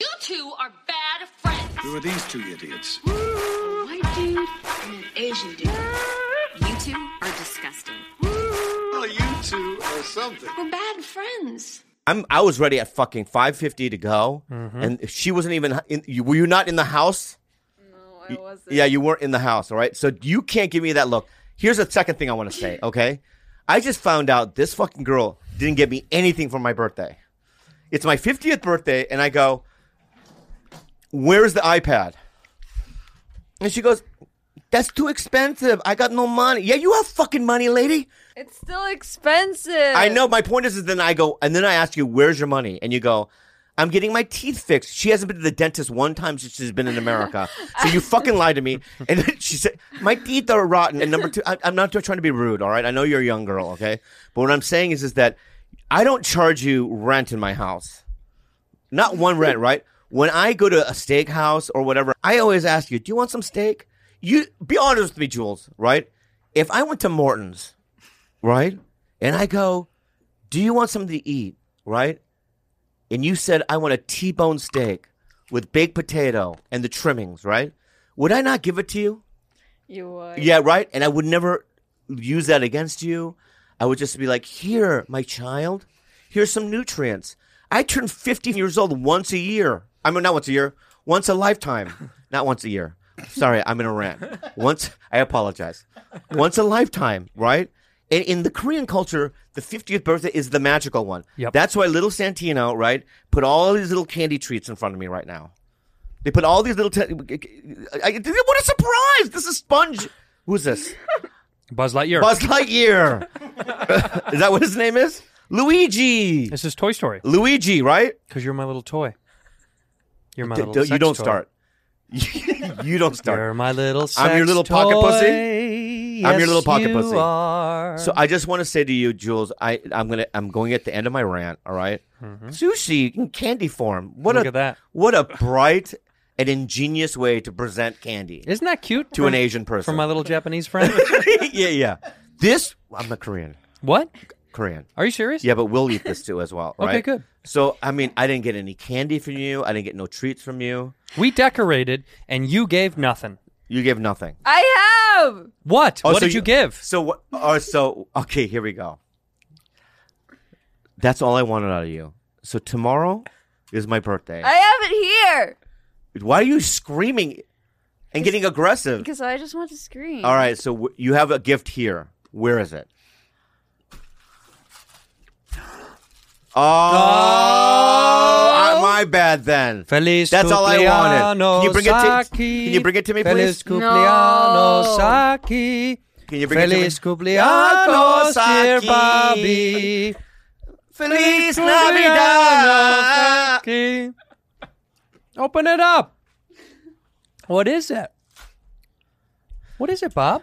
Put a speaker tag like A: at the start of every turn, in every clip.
A: You two are bad friends.
B: Who are these two idiots?
A: White dude and an Asian dude. You two are disgusting.
B: Well, you two are something.
A: We're bad friends.
C: I'm I was ready at fucking five fifty to go, and she wasn't even. In, you, were you not in the house? No, I wasn't. Yeah, you weren't in the house. All right, so you can't give me that look. Here's the second thing I want to say. Okay, I just found out this fucking girl didn't get me anything for my birthday. It's my fiftieth birthday, and I go, "Where's the iPad?" And she goes, "That's too expensive. I got no money." Yeah, you have fucking money, lady.
D: It's still expensive.
C: I know. My point is, is then I go, and then I ask you, "Where's your money?" And you go, "I'm getting my teeth fixed." She hasn't been to the dentist one time since she's been in America. So you fucking lied to me. And then she said, "My teeth are rotten." And number two, I, I'm not trying to be rude. All right, I know you're a young girl, okay? But what I'm saying is, is that I don't charge you rent in my house. Not one rent, right? When I go to a steakhouse or whatever, I always ask you, "Do you want some steak?" You be honest with me, Jules, right? If I went to Morton's right? And I go, Do you want something to eat? Right? And you said, I want a T bone steak with baked potato and the trimmings, right? Would I not give it to you?
D: You would.
C: Yeah, right? And I would never use that against you. I would just be like, Here, my child, here's some nutrients. I turn 50 years old once a year. I mean, not once a year, once a lifetime. Not once a year. Sorry, I'm in a rant. Once, I apologize. Once a lifetime, right? And in the Korean culture, the 50th birthday is the magical one.
E: Yep.
C: That's why little Santino, right, put all these little candy treats in front of me right now. They put all these little. Te- I, I- what a surprise! This is Sponge. Who's this?
E: Buzz Lightyear.
C: Buzz Lightyear. is that what his name is? Luigi.
E: This is Toy Story
C: Luigi, right?
E: because you're my little toy. You're my
C: D-
E: little.
C: d- you
E: sex
C: don't
E: toy.
C: start. you don't
E: You're
C: start.
E: my little.
C: I'm your
E: sex
C: little pocket
E: toy.
C: pussy? I'm your little
E: Yes,
C: pocket
E: you
C: pussy.
E: Are.
C: So I just want to say to you, Jules, I I'm gonna I'm going at the end of my rant. All right? sushi in candy form. What
E: Mm-hmm.
C: a
E: Look at that.
C: what a bright and ingenious way to present candy
E: Isn't that cute?
C: to an Asian person.
E: From my little Japanese friend.
C: yeah, yeah. This I'm a Korean.
E: what?
C: Korean.
E: Are you serious?
C: Yeah, but we'll eat this too as well.
E: Okay,
C: right?
E: good.
C: So I mean, I didn't get any candy from you. I didn't get no treats from you.
E: We decorated and you gave nothing.
C: You gave nothing.
D: I have.
E: What?
C: Oh,
E: what
C: so
E: did you, give?
C: So what? Or so okay. Here we go. That's all I wanted out of you. So tomorrow is my birthday.
D: I have it here
C: Why are you screaming and getting aggressive?
D: because I just want to scream.
C: All right, so w- you have a gift here. Where is it? Oh, I- my bad then.
E: Feliz
C: That's all I wanted.
E: cumpleaños,
C: Can you bring it to
E: Saki.
C: Can you bring it to me,
E: Feliz
C: please?
E: cumpleaños,
D: No.
E: Saki.
C: Can you bring it to me?
E: Feliz cumpleaños, dear
C: Saki.
E: Bobby.
C: Feliz
E: Cumpleaños,
C: Navidad.
E: Saki. Open it up. What is it? What is it, Bob?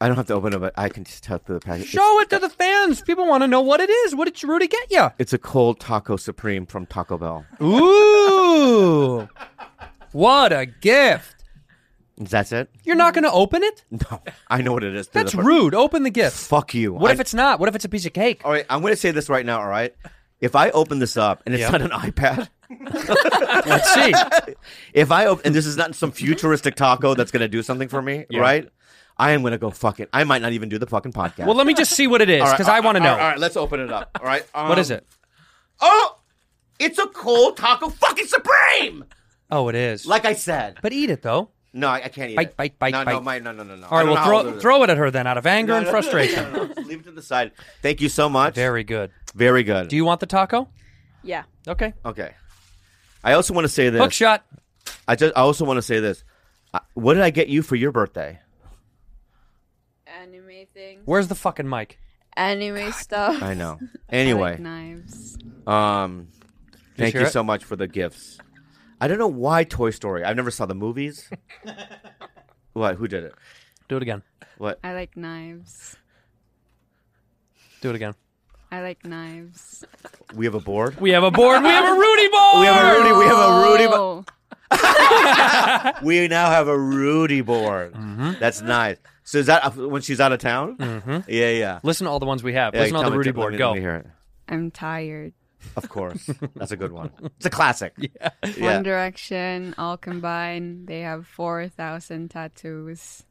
C: I don't have to open it, but I can just tell through the package.
E: Show it to the fans. People want to know what it is. What did Rudy get you?
C: It's a cold taco supreme from Taco Bell.
E: Ooh. what a gift.
C: That's it?
E: You're not going to open it?
C: No, I know what it is. through
E: That's
C: the-
E: rude. Open the gift.
C: Fuck you.
E: What
C: I-
E: if it's not? What if it's a piece of cake?
C: All right, I'm going to say this right now. All right, if I open this up and it's
E: Yeah.
C: not an iPad,
E: Let's see.
C: if I open and this is not some futuristic taco that's going to do something for me, right? I am going to go fuck it. I might not even do the fucking podcast.
E: Well, let me just see what it is because I want to
C: All
E: know.
C: right, all right, let's open it up. All right,
E: What
C: um,
E: is it?
C: Oh, it's a cold taco fucking supreme.
E: Oh, it is.
C: Like I said,
E: but eat it though.
C: no, I, I can't eat
E: Bite,
C: it.
E: bite, bite,
C: no, No,
E: bite.
C: my, no, no, no, no.
E: All
C: I don't
E: right,
C: know
E: well,
C: how old
E: throw
C: is.
E: throw it at her then out of anger
C: No,
E: and
C: no, no, no,
E: frustration.
C: no, no, no. Leave it to the side. Thank you so much.
E: Very good.
C: very good.
E: Do you want the taco?
D: Yeah.
E: Okay.
C: okay. I also want to say this.
E: Hook shot.
C: I just I also want to say this. I- What did I get you for your birthday?
D: Anime things.
E: Where's the fucking mic?
D: Anime stuff.
C: I know.
D: Like
C: Anyway,
D: knives.
C: um, thank
E: you
C: you
E: hear
C: so much for the gifts. I don't know why Toy Story. I've never saw the movies. what? Who did it?
E: Do it again.
C: What?
A: I like knives.
E: Do it again.
A: I like knives.
C: We have a board.
E: We have a board. We have a Rudy board.
C: We have a Rudy. We have a Rudy. Bo-
A: Oh,
C: we now have a Rudy board. That's nice. So is that uh, when she's out of town? Mm-hmm. Yeah, yeah.
E: Listen to all the ones we have.
C: Yeah,
E: Listen to all
C: tell
E: the
C: me-
E: Rudy
C: let
E: board.
C: me-
E: Go.
C: Let me hear it.
A: I'm tired.
C: Of course, that's a good one. It's a classic. Yeah.
A: One Direction, all combined, they have 4,000 tattoos.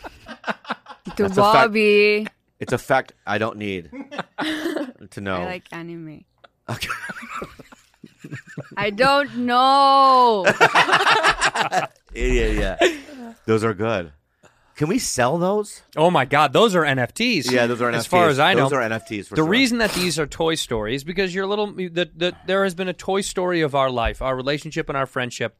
A: to
C: fact.
A: Bobby,
C: It's a fact I don't need to know.
A: I like anime.
C: Okay.
A: I don't know.
C: yeah, yeah, yeah. Those are good. Can we sell those?
E: Oh my God, those are NFTs.
C: Yeah, those are NFTs.
E: As far as I know,
C: those are NFTs. For
E: the
C: sure.
E: reason that these are Toy Story is because your little the, the, there has been a Toy Story of our life, our relationship and our friendship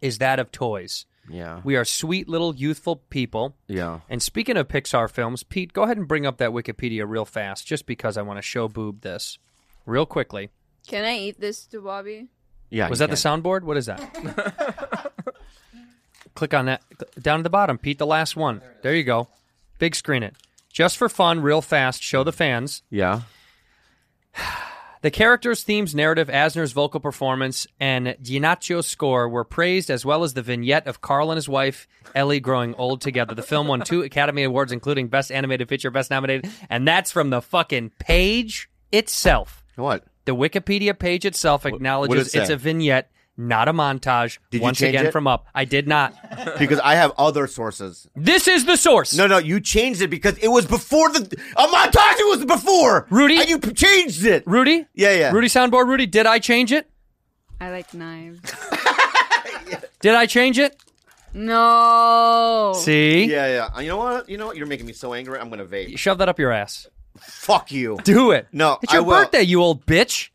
E: is that of toys.
C: yeah,
E: We are sweet little youthful people.
C: yeah.
E: And speaking of Pixar films, Pete, go ahead and bring up that Wikipedia real fast, just because I want to show boob this real quickly.
D: Can I eat this to Bobby?
C: Yeah.
E: Was
C: you
E: that the
C: can.
E: soundboard? What is that? Click on that down to the bottom, Pete. The last one. There you go. Big screen it. Just for fun, real fast. Show the fans.
C: Yeah.
E: The characters, themes, narrative, Asner's vocal performance, and Ginaccio's score were praised, as well as the vignette of Carl and his wife, Ellie, growing old together. The film won two Academy Awards, including Best Animated Feature, Best Nominated, and that's from the fucking page itself.
C: What?
E: The Wikipedia page itself
C: what'd it
E: acknowledges
C: say?
E: it's a vignette, not a montage.
C: Did you
E: once
C: change
E: again
C: it?
E: from up. I did not.
C: Because I have other sources.
E: This is the source.
C: No, no, you changed it because it was before the a montage. It was before
E: Rudy?
C: And you p- changed it.
E: Rudy?
C: Yeah, yeah.
E: Rudy soundboard, Rudy, did I change it?
A: I like knives.
E: Did I change it?
A: No.
E: See?
C: Yeah, yeah. Uh, You know what? You know what? You're making me so angry. I'm gonna vape.
E: Shove that up your ass.
C: Fuck you.
E: Do it.
C: No,
E: it's your
C: I will.
E: birthday, you old bitch.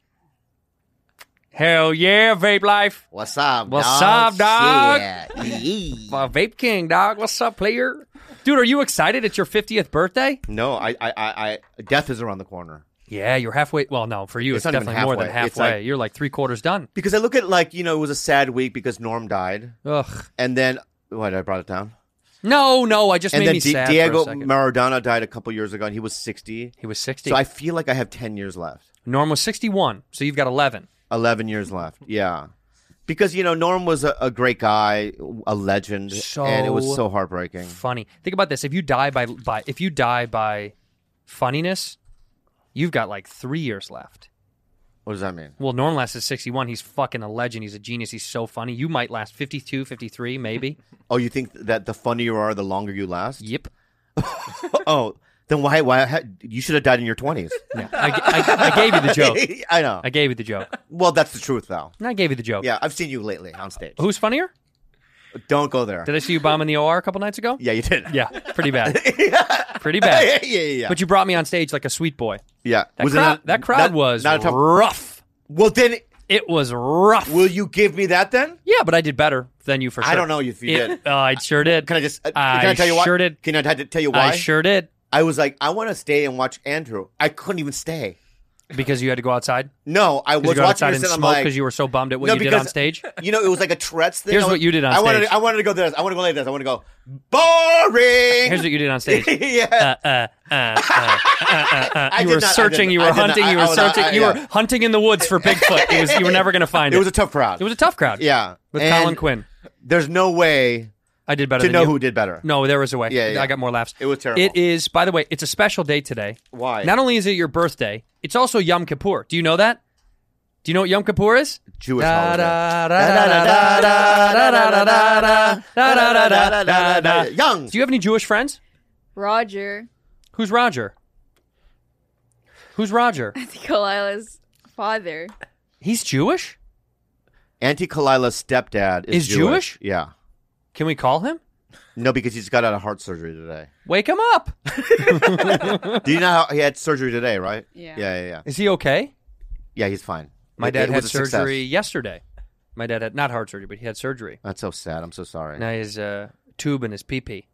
E: Hell yeah, vape life.
C: What's up?
E: What's
C: dog?
E: up, dog?
C: Yeah. Yee.
E: My Uh, vape king, dog. What's up, player? Dude, are you excited? It's your 50th birthday?
C: no, I, I, I, I, death is around the corner.
E: Yeah, you're halfway. Well, no, for you,
C: It's
E: it's,
C: not even
E: definitely more than
C: halfway. It's
E: halfway.
C: like-
E: you're like three quarters done.
C: Because I look at like you know it was a sad week because Norm died,
E: Ugh.
C: and then what? I brought it down.
E: No, no, I just
C: And
E: made
C: then
E: me
C: Di-
E: sad
C: Diego
E: for a second.
C: Maradona died a couple years ago, and he was 60.
E: he was 60.
C: So I feel like I have 10 years left.
E: Norm was 61, so you've got 11.
C: 11 years left. Yeah. Because, you know, Norm was a, a great guy, a legend,
E: So
C: and it was so heartbreaking.
E: Funny. Think about this. If you die by, by if you die by funniness, you've got like three years left.
C: What does that mean?
E: Well, Norm lasts is 61. He's fucking a legend. He's a genius. He's so funny. You might last 52, 53, maybe.
C: Oh, you think that the funnier you are, the longer you last?
E: yep.
C: oh, then why? Why ha- you should have died in your 20s.
E: Yeah. I, I- I gave you the joke.
C: I know.
E: I gave you the joke.
C: Well, that's the truth, though.
E: And I gave you the joke.
C: Yeah, I've seen you lately on stage.
E: Who's funnier?
C: Don't go there.
E: Did I see you bombing the OR a couple nights ago?
C: yeah, you did.
E: Yeah, pretty bad. Pretty
C: yeah, yeah,
E: bad.
C: yeah. yeah.
E: But you brought me on stage like a sweet boy.
C: yeah.
E: That
C: Was it
E: crowd,
C: not-
E: that crowd
C: not-
E: was
C: not a tough-
E: rough.
C: Well, then,
E: It was rough.
C: will you give me that then?
E: yeah, but I did better than you for sure.
C: I don't know if you
E: It-
C: did.
E: Oh, I sure did.
C: Can I just? Uh,
E: I
C: can I tell you why?
E: sure did.
C: Can I t- tell you why?
E: I sure did.
C: I was like, I want to stay and watch Andrew. I couldn't even stay.
E: Because you had to go outside?
C: No, I was
E: Because you go
C: watching
E: outside
C: this
E: and
C: and I'm
E: smoke
C: like,
E: because you were so bummed at what
C: No,
E: you did
C: because-
E: on stage?
C: you know, it was like a Tourette's thing.
E: Here's
C: I
E: what
C: was-
E: you did on
C: I Wanted
E: stage.
C: to, I wanted to go this. I want to go like this. I want to go boring.
E: Here's what you did on stage.
C: yeah,
E: uh, uh, uh, uh, uh, uh,
C: I
E: you
C: did
E: were
C: not- I
E: searching.
C: did-
E: You
C: I
E: were
C: did not-
E: hunting.
C: I-
E: You were
C: I was not-
E: searching.
C: I-
E: you were
C: yeah.
E: hunting in the woods for Bigfoot. It was, you were never going to find
C: it
E: it.
C: was a tough crowd.
E: It was a tough crowd.
C: yeah.
E: with
C: And
E: Colin Quinn.
C: There's no way
E: I did better
C: to
E: than
C: know
E: you.
C: who did better.
E: No, there was a way.
C: Yeah, yeah.
E: I got more laughs.
C: It was terrible.
E: It is. By the way, it's a special day today.
C: Why?
E: Not only is it your birthday, it's also Yom Kippur. Do you know that? Do you know what Yom Kippur is?
C: Jewish
E: Da-
C: holiday.
E: da- da- da- da- da- da- da- da- da- da- da- da- da- da- da- da-
C: Young.
E: Do you have any Jewish friends?
D: Roger.
E: Who's Roger? Who's Roger?
D: I think Kalila's father.
E: He's Jewish.
C: Auntie Kalila's stepdad is,
E: Is Jewish?
C: Yeah.
E: Can we call him?
C: No, because he's got out of heart surgery today.
E: Wake him up.
C: Do you know how he had surgery today, right?
A: Yeah.
C: Yeah, yeah, yeah.
E: Is he okay?
C: Yeah, he's fine.
E: My
C: It- it
E: dad had
C: was a success.
E: surgery yesterday. My dad had not heart surgery, but he had surgery.
C: That's so sad. I'm so sorry.
E: Now his uh, tube and his pee pee.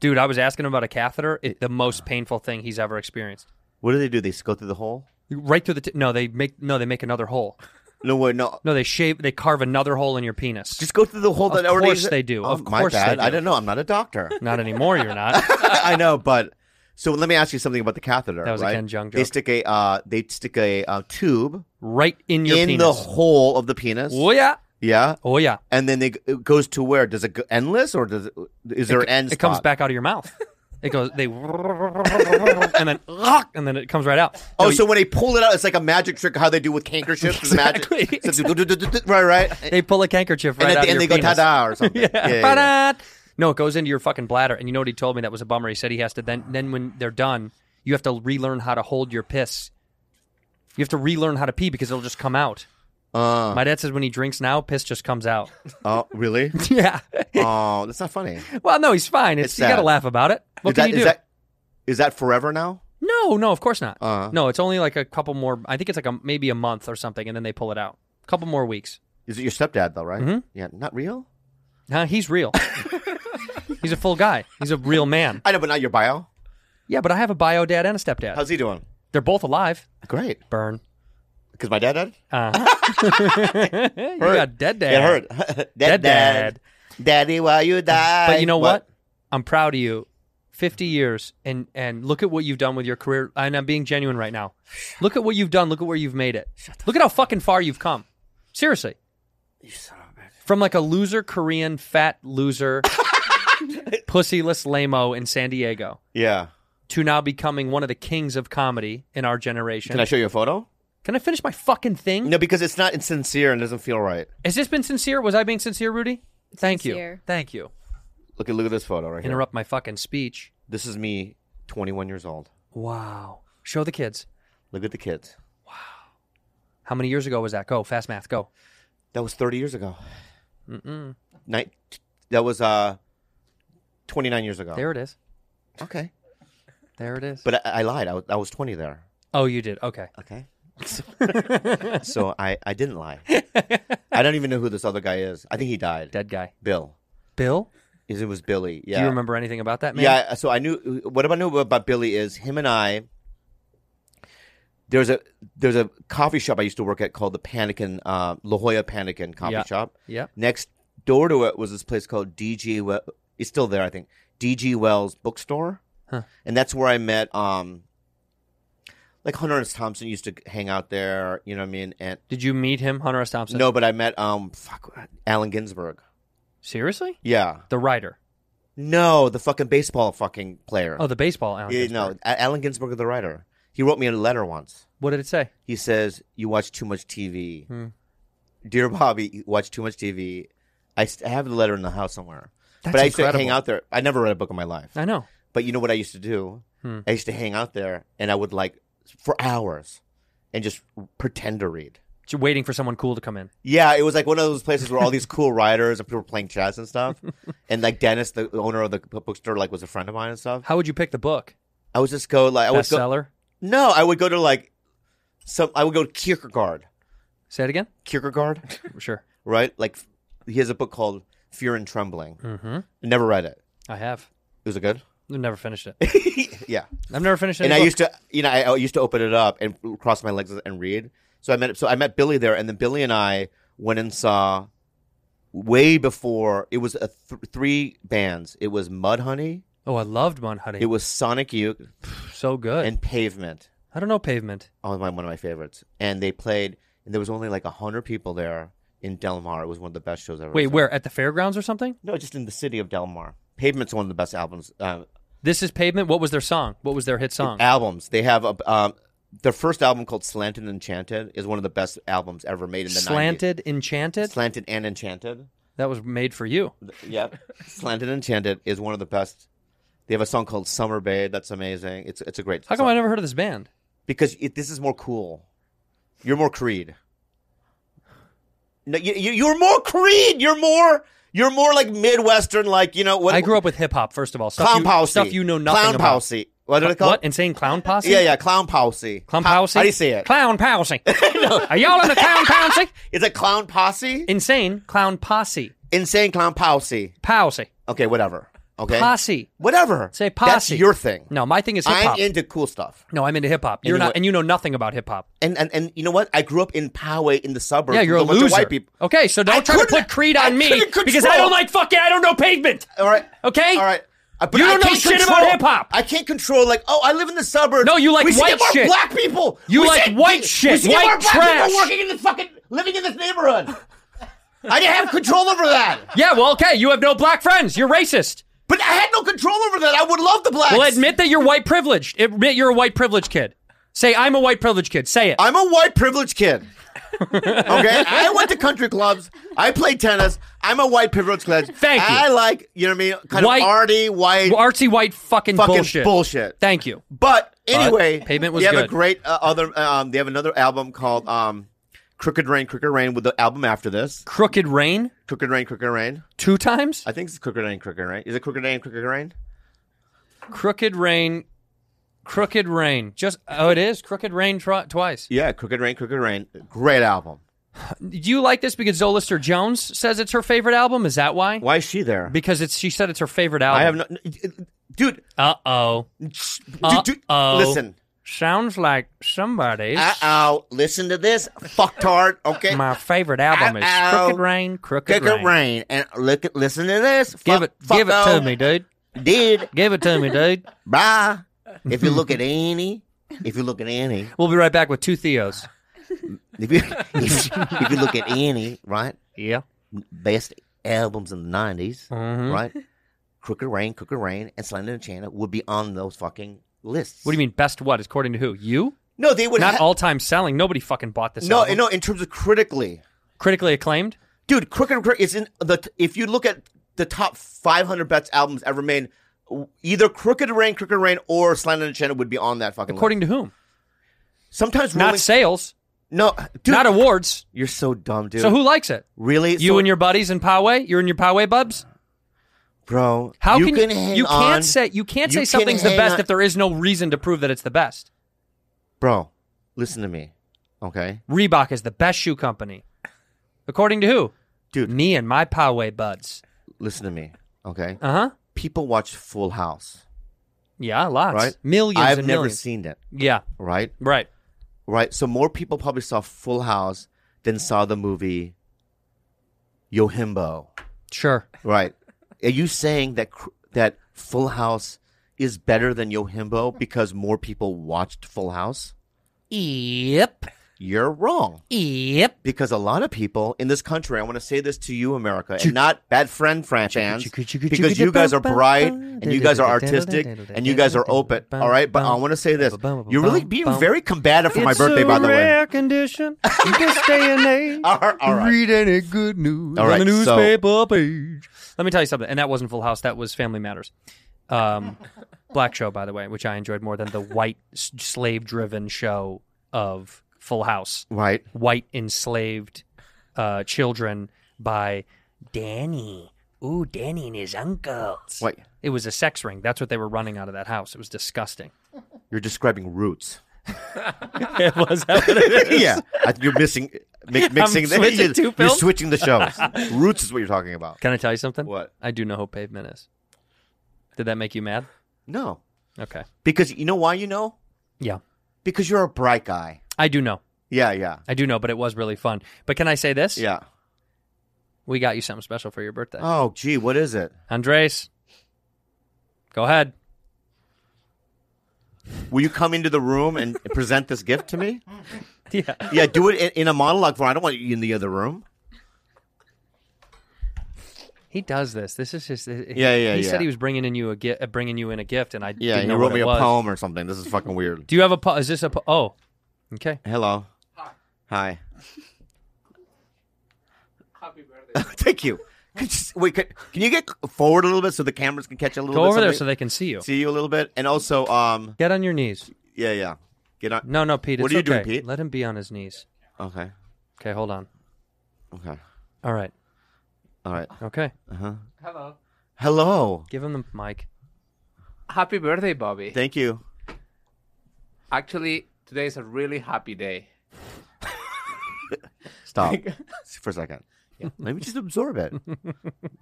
E: Dude, I was asking him about a catheter. It, the most painful thing he's ever experienced.
C: What do they do? They just go through the hole?
E: Right through the t- no, they make no, they make another hole.
C: No way, no.
E: No, they shave. They carve another hole in your penis.
C: Just go through the whole.
E: Of
C: that already
E: course
C: is-
E: they do.
C: Oh,
E: Of
C: my
E: course they
C: bad. I
E: do.
C: don't know. I'm not a doctor.
E: Not anymore. You're not.
C: I know, but so let me ask you something about the catheter.
E: That was a
C: right?
E: Ken Jeong
C: They
E: joke.
C: stick a uh, they stick a uh, tube
E: Right in your
C: in
E: penis.
C: the hole of the penis.
E: oh yeah.
C: Yeah,
E: Oh yeah.
C: and then they, it goes to where? Does it go endless or does it, is there
E: it,
C: an end?
E: It comes
C: spot?
E: back out of your mouth. It goes. They and then and then it comes right out.
C: Oh,
E: No,
C: so when they pull it out, it's like a magic trick, how they do with handkerchiefs. It's
E: Exactly.
C: Magic. So they do- right, right.
E: they pull a handkerchief
C: and
E: right
C: at
E: out
C: the end,
E: of
C: they
E: your
C: go
E: penis.
C: ta-da or something.
E: yeah.
C: yeah, yeah.
E: Ba-da! No, it goes into your fucking bladder. And you know what he told me that was a bummer. He said he has to then then when they're done, you have to relearn how to hold your piss. You have to relearn how to pee because it'll just come out.
C: Uh,
E: My dad says when he drinks now, piss just comes out.
C: oh, really?
E: yeah.
C: Oh, that's not funny.
E: well, no, he's fine. It's,
C: It's
E: you got to
C: sad.
E: laugh about it. What
C: is
E: can
C: that,
E: you do?
C: Is that, is that forever now?
E: No, no, of course not.
C: Uh-huh.
E: No, it's only like a couple more. I think it's like a, maybe a month or something, and then they pull it out. A couple more weeks.
C: Is it your stepdad though? Right?
E: Mhm.
C: Yeah. Not real.
E: Huh? He's real. he's a full guy. He's a real man.
C: I know, but not your bio.
E: Yeah, but I have a bio dad and a stepdad.
C: How's he doing?
E: They're both alive.
C: Great.
E: Burn. Uh-huh.
C: Because my dad died.
E: you got dead dad.
C: It hurt. Dead
E: Dead dad.
C: Daddy, why you die?
E: But you know what? I'm proud of you. 50 years and and look at what you've done with your career. And I'm being genuine right now. Look at what you've done. Look at where you've made it. Look at how fucking far you've come. Seriously. From like a loser Korean fat loser pussyless lameo in San Diego
C: Yeah.
E: to now becoming one of the kings of comedy in our generation.
C: Can I show you a photo?
E: Can I finish my fucking thing?
C: No, because it's not insincere and doesn't feel right.
E: Has this been sincere? Was I being sincere, Rudy? Thank you.
D: Sincere.
E: Thank you.
C: Look at look at this photo right here.
E: Interrupt my fucking speech.
C: This is me, 21 years old.
E: Wow. Show the kids.
C: Look at the kids.
E: How many years ago was that? Go, fast math, go.
C: That was 30 years ago. Mm-mm. Night. That was uh, 29 years ago.
E: There it is.
C: Okay.
E: There it is.
C: Oh. But I, I lied. I was, I was 20 there.
E: oh, you did. Okay.
C: Okay. so I, I didn't lie. I don't even know who this other guy is. I think he died.
E: Dead guy.
C: Bill.
E: Bill?
C: His- It was Billy. Yeah.
E: Do you remember anything about that man?
C: Yeah, so I knew what I knew about Billy is him and I. There's a there's a coffee shop I used to work at called the Panikin uh, La Jolla Panikin coffee
E: Yeah.
C: shop.
E: Yeah.
C: Next door to it was this place called DG. We- It's still there, I think. DG Wells Bookstore,
E: Huh.
C: and that's where I met. um Like Hunter S. Thompson used to hang out there. You know what I mean? And
E: Did you meet him, Hunter S. Thompson?
C: no, but I met um fuck Allen Ginsberg.
E: Seriously?
C: Yeah.
E: The writer.
C: No, the fucking baseball fucking player.
E: Oh, the baseball. Alan
C: Yeah,
E: Ginsberg.
C: no, A- Allen Ginsberg, the writer, he wrote me a letter once.
E: What did it say?
C: He says, "You watch too much TV,
E: Hmm.
C: dear Bobby. You watch too much TV." I, st- I have the letter in the house somewhere,
E: That's
C: but I used to hang
E: incredible.
C: out there. I never read a book in my life,
E: I know.
C: but you know what I used to do?
E: Hmm.
C: I used to hang out there, and I would like for hours, and just pretend to read.
E: Just waiting for someone cool to come in.
C: Yeah, it was like one of those places where all these cool writers and people were playing chess and stuff. and like Dennis, the owner of the bookstore, like was a friend of mine and stuff.
E: How would you pick the book?
C: I would just go like I would go,
E: Bestseller?
C: No, I would go to like some. I would go to Kierkegaard.
E: Say it again?
C: Kierkegaard,
E: Sure.
C: right? Like f- he has a book called Fear and Trembling.
E: Mm-hmm.
C: Never read it.
E: I have.
C: It was good.
E: I've never finished it.
C: yeah,
E: I've never finished it.
C: and I used to, you know, I, I used to open it up and cross my legs and read. So I met, so I met Billy there, and then Billy and I went and saw way before it was a th- three bands. It was Mudhoney,
E: Oh, I loved Mon Honey.
C: it was Sonic Youth,
E: so good.
C: and Pavement.
E: I don't know Pavement.
C: Oh, my one of my favorites. And they played, and there was only like hundred people there in Del Mar. It was one of the best shows I ever.
E: Wait,
C: saw.
E: where? At the fairgrounds or something?
C: No, just in the city of Del Mar. Pavement's one of the best albums. Uh,
E: This is Pavement. What was their song? What was their hit song?
C: albums. They have a, um, their first album called Slanted and Enchanted is one of the best albums ever made in the 90s.
E: Slanted, Enchanted.
C: Slanted and Enchanted.
E: that was made for you.
C: Th- Yep. Slanted and Enchanted is one of the best. They have a song called Summer Bay. That's amazing. It's it's a great.
E: How come
C: song.
E: I never heard of this band?
C: Because it, this is more cool. You're more Creed. No, you, you, you're more Creed. You're more. You're more like Midwestern, like you know. What,
E: I grew up with hip hop. First of all, stuff
C: clown
E: you,
C: posse.
E: stuff you know nothing
C: clown
E: about.
C: posse. What are they
E: Cl-
C: called?
E: What? Insane clown posse.
C: Yeah, yeah, clown posse.
E: Clown
C: How-
E: posse.
C: How do you say it?
E: Clown posse. Are y'all in the clown posse?
C: It's a clown posse.
E: Insane clown posse.
C: Insane clown posse.
E: Posse.
C: Okay, whatever. Okay.
E: Posse.
C: Whatever.
E: Say
C: That's
E: posse.
C: your thing.
E: No, my thing is hip
C: I'm
E: hop.
C: into cool stuff.
E: no, I'm into hip hop. You're
C: you
E: not,
C: what-
E: and you know nothing about hip hop.
C: And, and and you know what? I grew up in Poway in the suburbs.
E: Yeah, you're a
C: with
E: loser.
C: Bunch of white people.
E: Okay, so don't
C: I
E: try to
C: couldn't-
E: put Creed
C: I
E: on me
C: couldn't
E: because I
C: control-
E: don't like fucking. I don't know pavement.
C: All right.
E: Okay?
C: All right. Uh, But
E: You don't
C: I
E: know
C: can't
E: shit about
C: control-
E: hip-hop.
C: I can't control like, oh, I live in the suburbs.
E: No, you like
C: we should
E: white
C: give our
E: shit.
C: black people.
E: You
C: we
E: like
C: should-
E: white
C: we-
E: shit,
C: We should
E: white
C: give our black
E: trash.
C: people working in this fucking, living in this neighborhood. I didn't have control over that.
E: Yeah, well, okay. You have no black friends. You're racist.
C: But I had no control over that. I would love the blacks.
E: Well, admit that you're white privileged. Admit you're a white privileged kid. Say I'm a white privileged kid. Say it.
C: I'm a white privileged kid. okay, I went to country clubs. I played tennis. I'm a white privileged kid.
E: Thank you.
C: I like, you know what I mean, kind
E: White-
C: of arty, white,
E: Artsy white fucking,
C: fucking
E: bullshit.
C: bullshit.
E: Thank you.
C: But anyway,
E: Pavement was
C: they have
E: good.
C: a great uh, other. Um, they have another album called um, "Crooked Rain." Crooked Rain with the album after this.
E: Crooked Rain
C: Crooked Rain, Crooked Rain.
E: two times.
C: I think it's Crooked Rain, Crooked Rain. Is it Crooked Rain, Crooked Rain?
E: Crooked Rain, Crooked Rain. Just oh, it is Crooked Rain twi- twice.
C: Yeah, Crooked Rain, Crooked Rain. Great album.
E: Do you like this because Zolister Jones says it's her favorite album? Is that why?
C: Why is she there?
E: Because it's she said it's her favorite album.
C: I have no, dude.
E: Uh oh.
C: dude, dude
E: Uh-oh.
C: listen.
E: Sounds like somebody's.
C: Uh oh, listen to this, fucktard. Okay,
E: My favorite album is
C: Uh-oh.
E: Crooked Rain, Crooked,
C: Crooked Rain. and look at listen to this.
E: Give
C: fuck-
E: it, give it to
C: fucko.
E: me, dude.
C: dude.
E: Give it to me, dude.
C: Bye. If you look at Annie, if you look at Annie,
E: We'll be right back with two Theos.
C: If you, if, if you look at any, right,
E: Yeah.
C: best albums in the 90s,
E: Mm-hmm.
C: right, Crooked Rain, Crooked Rain, and Slender and Channel would be on those fucking lists.
E: What do you mean best? What is according to who? You?
C: No, they would
E: Not
C: ha-
E: all time selling. Nobody fucking bought this.
C: No,
E: album.
C: no, in terms of critically.
E: Critically acclaimed.
C: Dude, Crooked Rain is in the, t- if you look at the top 500 best albums ever made, w- either Crooked Rain, Crooked Rain, or Slender and Channel would be on that fucking
E: According to whom?
C: list. Sometimes
E: Not
C: Rolling-
E: sales.
C: No, dude.
E: Not awards.
C: you're so dumb, dude.
E: So who likes it?
C: Really?
E: You
C: So-
E: and your buddies in Poway. You're in your Poway bubs.
C: Bro,
E: How
C: you
E: can,
C: can
E: you?
C: hang
E: you
C: on.
E: can't say you can't
C: You
E: say
C: can
E: something's the
C: hang
E: best
C: on-
E: if there is no reason to prove that it's the best.
C: Bro, listen to me. Okay?
E: Reebok is the best shoe company, according to who?
C: Dude.
E: me and my Poway buds.
C: Listen to me. Okay?
E: Uh huh.
C: People watch Full House,
E: Yeah, lots.
C: right?
E: 1000000s
C: I've
E: and
C: never
E: millions.
C: seen it,
E: Yeah,
C: right?
E: right.
C: Right? So more people probably saw Full House than saw the movie Yohimbo,
E: Sure.
C: right? Are you saying that cr- that Full House is better than Yohimbo because more people watched Full House?
E: Yep.
C: You're wrong.
E: Yep.
C: because a lot of people in this country, I want to say this to you, America, and not bad friend France fans, because you guys are bright and you guys are artistic and you guys are open. All right, but I want to say this: you're really being very combative for my birthday, by the way.
E: condition. You can stay in there.
C: All right, all right.
E: Read any good news
C: All
E: on the
C: right, so-
E: newspaper page. Let me tell you something, and that wasn't Full House. That was Family Matters. Um, black show, by the way, which I enjoyed more than the white s- slave-driven show of Full House.
C: Right.
E: White enslaved uh, children by Danny. Ooh, Danny and his uncles.
C: Wait,
E: It was a sex ring. That's what they were running out of that house. It was disgusting.
C: you're describing roots.
E: it was. That what it is?
C: yeah, I think you're missing mi- mixing. the-
E: switching
C: you're,
E: two
C: you're
E: films?
C: switching the shows. roots is what you're talking about.
E: Can I tell you something?
C: What?
E: I do know who Pavement is. Did that make you mad?
C: No,
E: Okay.
C: because you know why you know
E: Yeah.
C: because you're a bright guy.
E: I do know.
C: Yeah, yeah,
E: I do know, but it was really fun. But can I say this?
C: yeah.
E: We got you something special for your birthday.
C: Oh, gee, what is it?
E: Andres, go ahead.
C: Will you come into the room and present this gift to me?
E: Yeah.
C: Yeah, do it in, in a monologue form. I don't want you in the other room.
E: He does this. This is his. He,
C: Yeah, yeah,
E: He
C: yeah.
E: said he was bringing in you a gift, uh, bringing you in a gift, and I
C: Yeah,
E: didn't
C: you
E: know
C: wrote
E: what
C: me
E: it
C: a
E: was.
C: poem or something. This is fucking weird.
E: Do you have a poem? Is this a po- oh? Okay.
C: Hello. Hi. Happy birthday. Thank you. Could you s- wait, could, can you get forward a little bit so the cameras can catch a little
E: Go
C: bit?
E: over there so
C: something?
E: they can see you.
C: see you a little bit. And also, um,
E: Get on your knees.
C: yeah, yeah. Get on.
E: No, no, Pete.
C: What
E: it's
C: are you doing,
E: okay.
C: Pete?
E: Let him be on his knees.
C: Okay.
E: Okay, hold on.
C: Okay.
E: All right.
C: All right.
E: Okay.
F: Hello.
C: Hello.
E: Give him the mic.
F: Happy birthday, Bobby.
C: Thank you.
F: Actually, today is a really happy day.
C: Stop for a second. Yeah. Maybe just absorb it.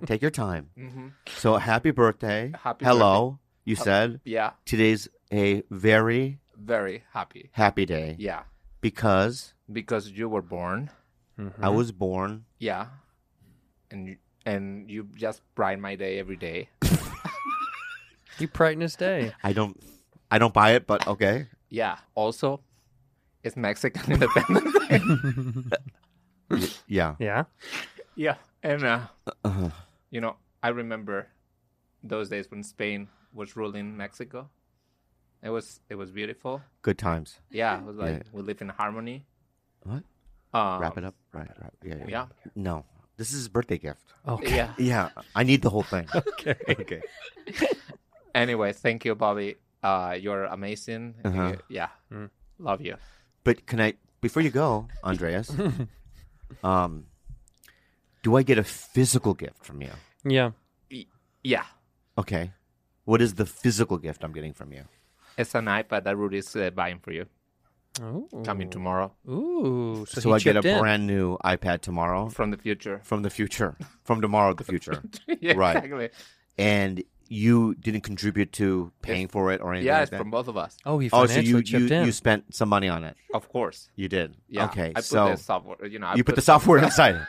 C: Take your time.
G: Mm-hmm.
C: So happy birthday.
G: Happy
C: Hello. You said
G: Yeah,
C: today's a very
G: very happy.
C: happy day
G: Yeah,
C: because
G: because you were born.
C: I was born.
G: Yeah, and you, and you just brighten my day every day.
E: You brighten his day.
C: I don't I don't buy it, but okay.
G: Yeah. Also, it's Mexican Independence Day.
C: Yeah.
E: Yeah.
G: yeah, and uh,
C: Uh-huh.
G: you know, I remember those days when Spain was ruling Mexico. It was it was beautiful.
C: Good times.
G: Yeah, it was like
C: Yeah.
G: we live in harmony.
C: What?
G: Um,
C: wrap it up. Right. right. Yeah, yeah.
G: yeah.
C: No. This is his birthday gift.
E: Okay.
G: Yeah.
C: Yeah. I need the whole thing.
E: Okay.
C: okay.
G: Anyway, thank you, Bobby. Uh, you're amazing.
C: Uh-huh.
G: Yeah,
E: Mm.
G: love you.
C: But can I before you go, Andreas? um do I get a physical gift from you?
E: Yeah.
G: Yeah,
C: Okay. What is the physical gift I'm getting from you?
G: it's an iPad that Rudy's uh, buying for you.
E: Ooh.
G: Coming tomorrow
E: Ooh. So,
C: So,
E: he
C: I get a
E: chipped in.
C: brand new iPad tomorrow
G: from the future.
C: from the future, from tomorrow, the future.
G: yeah,
C: Right.
G: Exactly.
C: and you didn't contribute to paying for it or anything
G: Yeah,
C: like
G: it's
C: that?
G: from both of us.
E: Oh, he
C: oh,
E: financially
C: so you, you,
E: chipped in.
C: you spent some money on it.
G: Of course.
C: You did.
G: Yeah.
C: Okay.
G: I put
C: so
G: the software. You know, I
C: you put, the software inside. it.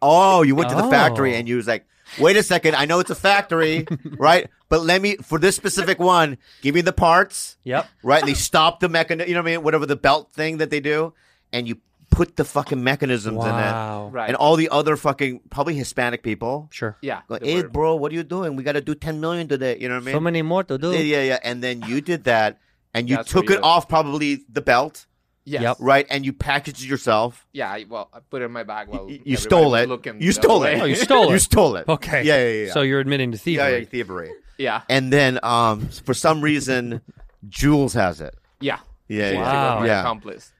C: Oh, you went to the factory
E: Oh.
C: and you was like, wait a second, I know it's a factory, right? But let me, for this specific one, give me the parts,
E: Yep.
C: right? They stop the mechanism, you know what I mean? Whatever the belt thing that they do. And you put the fucking mechanisms in it.
E: Wow.
G: Right.
C: And all the other fucking, probably Hispanic people.
E: Sure.
G: yeah.
C: Go,
G: they
C: hey,
G: were-
C: bro, what are you doing? We got to do 10 million today. You know what I mean?
E: So many more to do.
C: Yeah, yeah, yeah. And then you did that, and you
G: That's what
C: took
G: he
C: it
G: did.
C: off probably the belt,
G: Yes.
E: Yep.
C: right? And you packaged it yourself.
G: Yeah. I, well, I put it in my bag. While
C: Y-
G: everybody
C: you stole
G: was
C: it.
G: Looking
C: You
G: the
C: stole
G: other
C: it.
E: Oh, you
G: way.
E: stole it.
C: You stole it.
E: Okay.
C: Yeah, yeah, yeah.
E: So you're admitting to
C: yeah,
E: thievery.
C: yeah, thievery.
G: yeah.
C: And then, um, for some reason, Jules has it.
G: Yeah.
C: Yeah,
G: She was
C: yeah,
E: Wow.
G: my
C: yeah.
G: accomplice.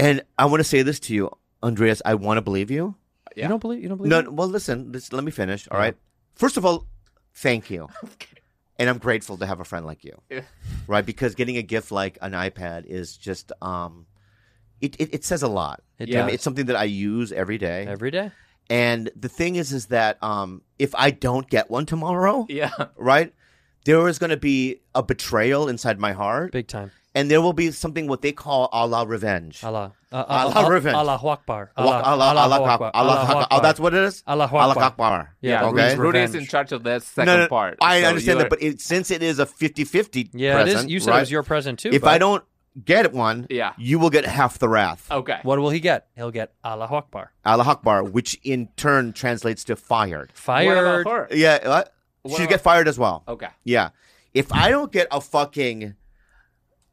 C: And I want to say this to you, Andreas. I want to believe you.
G: Yeah.
E: You don't believe? You don't believe?
C: No,
E: it?
C: well, listen. This, let me finish. All
E: Yeah.
G: Uh-huh.
C: right. First of all, thank you. And I'm grateful to have a friend like you.
G: Yeah.
C: Right, because getting a gift like an iPad is just um, it it, it says a lot.
E: It
C: I mean,
E: does.
C: it's something that I use every day.
E: Every day.
C: And the thing is, is that um, if I don't get one tomorrow,
G: Yeah.
C: right, there is going to be a betrayal inside my heart,
E: Big time.
C: and there will be something what they call a la revenge.
E: Allah. Uh, uh,
C: Allah
E: uh,
C: revenge.
E: Allah Akbar.
C: Allah, Allah, Allah, Allah, Allah, Oh, that's what it is.
E: Allah
C: Allah
E: Akbar.
C: Akbar.
E: Yeah,
C: Okay.
E: Rudy's
G: Rudy is in
E: Revenge.
G: charge of that second
C: No, no,
G: part.
C: I
G: so
C: understand
G: you
C: that, but it, since it is a 50-50
E: Yeah, it is.
C: present,
E: You said
C: right,
E: it was your present too.
C: If
E: but Oh.
C: I don't get one,
G: Yeah.
C: you will get half the wrath.
G: are- okay.
E: what will he get? He'll get Allah Akbar.
C: Allah Akbar, which in turn translates to fired.
G: What about
E: Fired.
G: her?
C: Yeah, what?
G: What
C: She'd
G: about-
C: get fired as well.
G: Okay.
C: Yeah. If I don't get a fucking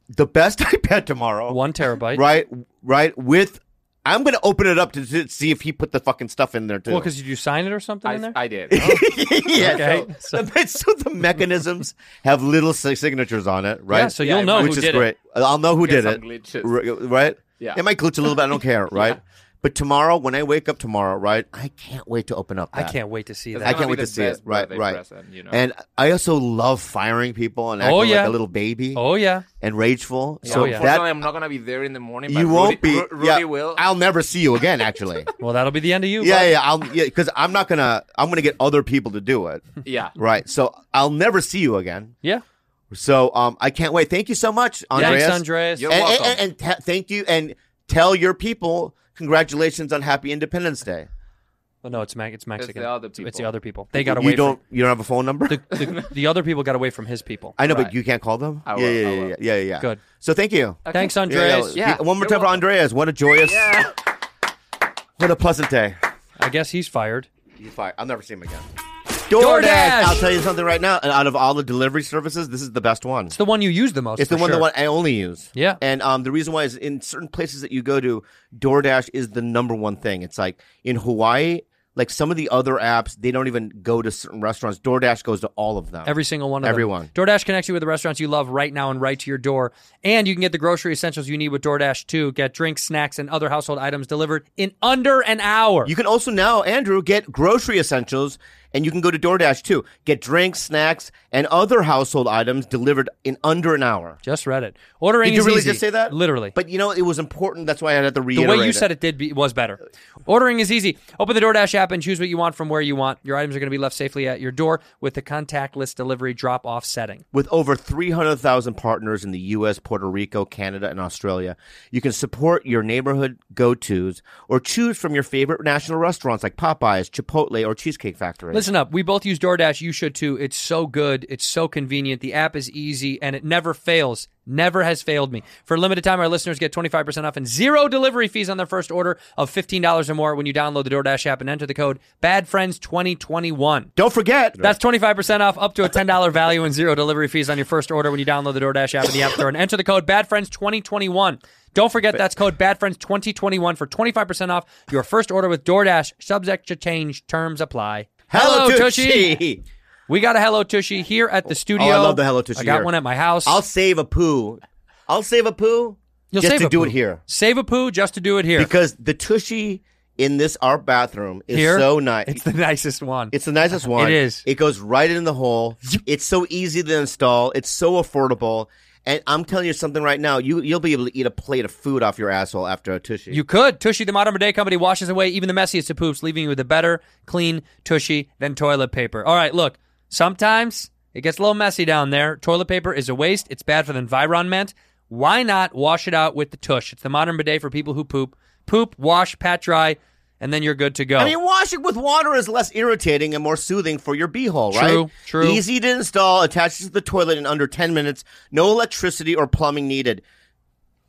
C: the best iPad tomorrow,
E: One terabyte.
C: right? Right? With I'm gonna open it up to s- see if he put the fucking stuff in there too.
E: Well, because did you sign it or something in
G: I,
E: there?
G: I did. Oh,
C: yeah,
E: Okay.
C: so, so the mechanisms have little si- signatures on it, right?
E: Yeah, so
G: Yeah,
E: you'll know
C: which
E: who
C: is
E: did
C: great.
E: it.
C: I'll know who
G: Get
C: did
G: some
C: it,
G: glitches.
C: R- right?
G: Yeah.
C: it might glitch a little bit. I don't care, right? But tomorrow, when I wake up tomorrow, right, I can't wait to open up.
E: I
C: that.
E: can't wait to see
G: It's
C: I
E: that.
G: gonna
C: can't
G: be
C: wait
G: the
C: to see it.
G: best
C: Right,
G: birthday
C: right.
G: present, you know.
C: And I also love firing people and acting
E: Oh, yeah.
C: like a little baby
E: Oh yeah.
C: and rageful.
E: Yeah.
C: So
E: Oh, yeah.
C: that
G: Unfortunately, I'm not gonna be there in the morning.
C: you
G: but
C: won't
G: Rudy,
C: be.
G: Ru- Rudy
C: yeah,
G: will.
C: I'll never see you again. Actually.
E: Well, that'll be the end of you.
C: yeah,
E: bud.
C: yeah. I'll yeah because I'm not gonna. I'm gonna get other people to do it.
G: yeah.
C: Right. So I'll never see you again.
E: Yeah.
C: So um, I can't wait. Thank you so much, Andreas.
E: Thanks, Andreas. Eh?
G: You're
C: And, and,
G: welcome.
C: and, and ta- thank you. And tell your people congratulations on Happy Independence Day.
E: Well, Oh, no, it's Mac. It's Mexican.
G: the other
E: It's- It's the
G: people.
E: other people. They got away.
C: You don't. You don't have a phone number.
E: From, the, the, the other people got away from his people.
C: I know, but
G: Right.
C: you can't call them.
G: I
C: yeah,
G: will,
C: yeah,
G: I
C: yeah,
G: will.
C: yeah, yeah, yeah.
E: Good.
C: So thank you.
E: Thanks,
C: Yeah, yeah,
E: Andreas.
C: yeah.
G: Yeah,
C: One more
G: you're
C: time for
G: welcome.
C: Andreas. What a joyous. What a pleasant day.
E: I guess he's fired.
C: He's fired. I'll never see him again.
E: DoorDash!
C: I'll tell you something right now. And out of all the delivery services, this is the best one.
E: It's the one you use the most.
C: It's the
E: for
C: one
E: sure.
C: the one I only use.
E: Yeah.
C: And um, the reason why is in certain places that you go to, DoorDash is the number one thing. It's like in Hawaii, like some of the other apps, they don't even go to certain restaurants. DoorDash goes to all of them.
E: Every single one of
C: Everyone.
E: them. DoorDash connects you with the restaurants you love right now and right to your door. And you can get the grocery essentials you need with DoorDash too. Get drinks, snacks, and other household items delivered in under an hour.
C: You can also now, Andrew, get grocery essentials And you can go to DoorDash too. Get drinks, snacks, and other household items delivered in under an hour.
E: Just read it. Ordering
C: Did you
E: is
C: really
E: easy.
C: just say that?
E: Literally.
C: But you know, it was important. That's why I had to
E: the
C: reiterate.
E: way you said it did be, was better. Ordering is easy. Open the DoorDash app and choose what you want from where you want. Your items are going to be left safely at your door with the contactless delivery drop-off setting.
C: With over 300,000 partners in the US, Puerto Rico, Canada, and Australia, you can support your neighborhood go tos or choose from your favorite national restaurants like Popeyes, Chipotle, or Cheesecake Factory.
E: Listen up. We both use DoorDash. You should too. It's so good. It's so convenient. The app is easy and it never fails. Never has failed me. For a limited time, our listeners get 25% off and zero delivery fees on their first order of $15 or more when you download the DoorDash app and enter the code BADFRIENDS2021.
C: Don't forget,
E: That's 25% off up to a $10 value and zero delivery fees on your first order when you download the DoorDash app in the App Store and enter the code BADFRIENDS2021. Don't forget that's code BADFRIENDS2021 for 25% off your first order with DoorDash. Subject to change. Terms apply.
C: hello,
E: Tushy.
C: Tushy.
E: We got a Hello Tushy here at the studio.
C: Oh, love the Hello Tushy
E: I got
C: here.
E: one at my house.
C: I'll save a poo. I'll save a poo
E: You'll
C: just
E: save
C: to
E: a
C: do
E: poo.
C: it here.
E: Save a poo just to do it here.
C: Because the Tushy in this our bathroom is
E: Here?
C: so nice.
E: it's the nicest one.
C: It's the nicest one.
E: It is.
C: It goes right in the hole. It's so easy to install. It's so affordable. And I'm telling you something right now. You you'll be able to eat a plate of food off your asshole after a tushy.
E: You could. Tushy, the modern day company, washes away even the messiest of poops, leaving you with a better, clean Tushy than toilet paper. All right, look. Sometimes it gets a little messy down there. Toilet paper is a waste. It's bad for the environment. Why not wash it out with the tush? It's the modern bidet for people who poop. Poop, wash, pat dry, and then you're good to go.
C: I mean, washing with water is less irritating and more soothing for your beehole, right?
E: True, true.
C: Easy to install, attaches to the toilet in under 10 minutes, no electricity or plumbing needed.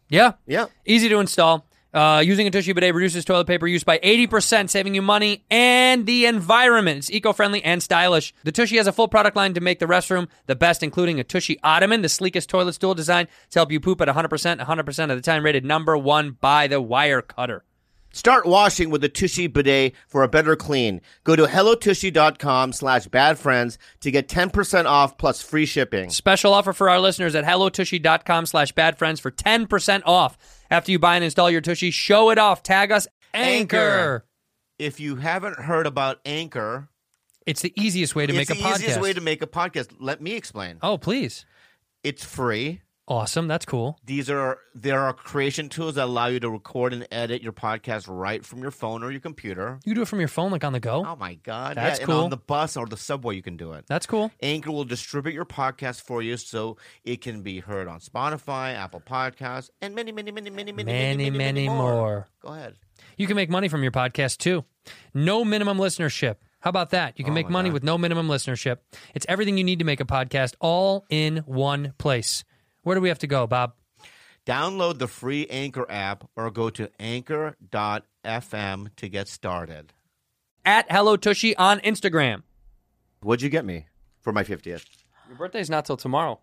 E: yeah.
C: Yeah.
E: Easy to install. Uh, using a tissue bidet reduces toilet paper use by 80%, saving you money and the environment. It's eco friendly and stylish. The Tushy has a full product line to make the restroom the best, including a Tushy Ottoman, the sleekest toilet stool design to help you poop at 100%, 100% of the time, rated number one by the wire cutter.
C: Start washing with the Tushy bidet for a better clean. Go to hellotushy.com slash badfriends to get 10% off plus free shipping.
E: Special offer for our listeners at hellotushy.com slash badfriends for 10% off. After you buy and install your Tushy, show it off. Tag us
C: Anchor.
E: Anchor.
C: If you haven't heard about Anchor,
E: It's the easiest way to
C: it's
E: make a
C: the
E: podcast.
C: easiest way to make a podcast. Let me explain.
E: oh, please.
C: It's free.
E: Awesome. That's cool.
C: These are there are creation tools that allow you to record and edit your podcast right from your phone or your computer.
E: You do it from your phone, like on the go.
C: Oh my god,
E: That's
C: yeah,
E: cool.
C: And on the bus or the subway, you can do it.
E: That's cool.
C: Anchor will distribute your podcast for you so it can be heard on Spotify, Apple Podcasts, and many, many, many, many, many, many,
E: Many, many more.
C: Go ahead.
E: You can make money from your podcast too. No minimum listenership. How about that? You can make money with no minimum listenership. It's everything you need to make a podcast all in one place. Where do we have to go, Bob?
C: Download the free Anchor app or go to anchor.fm to get started.
E: At Hello Tushy on Instagram.
C: What'd you get me for my 50th?
E: Your birthday's not till tomorrow.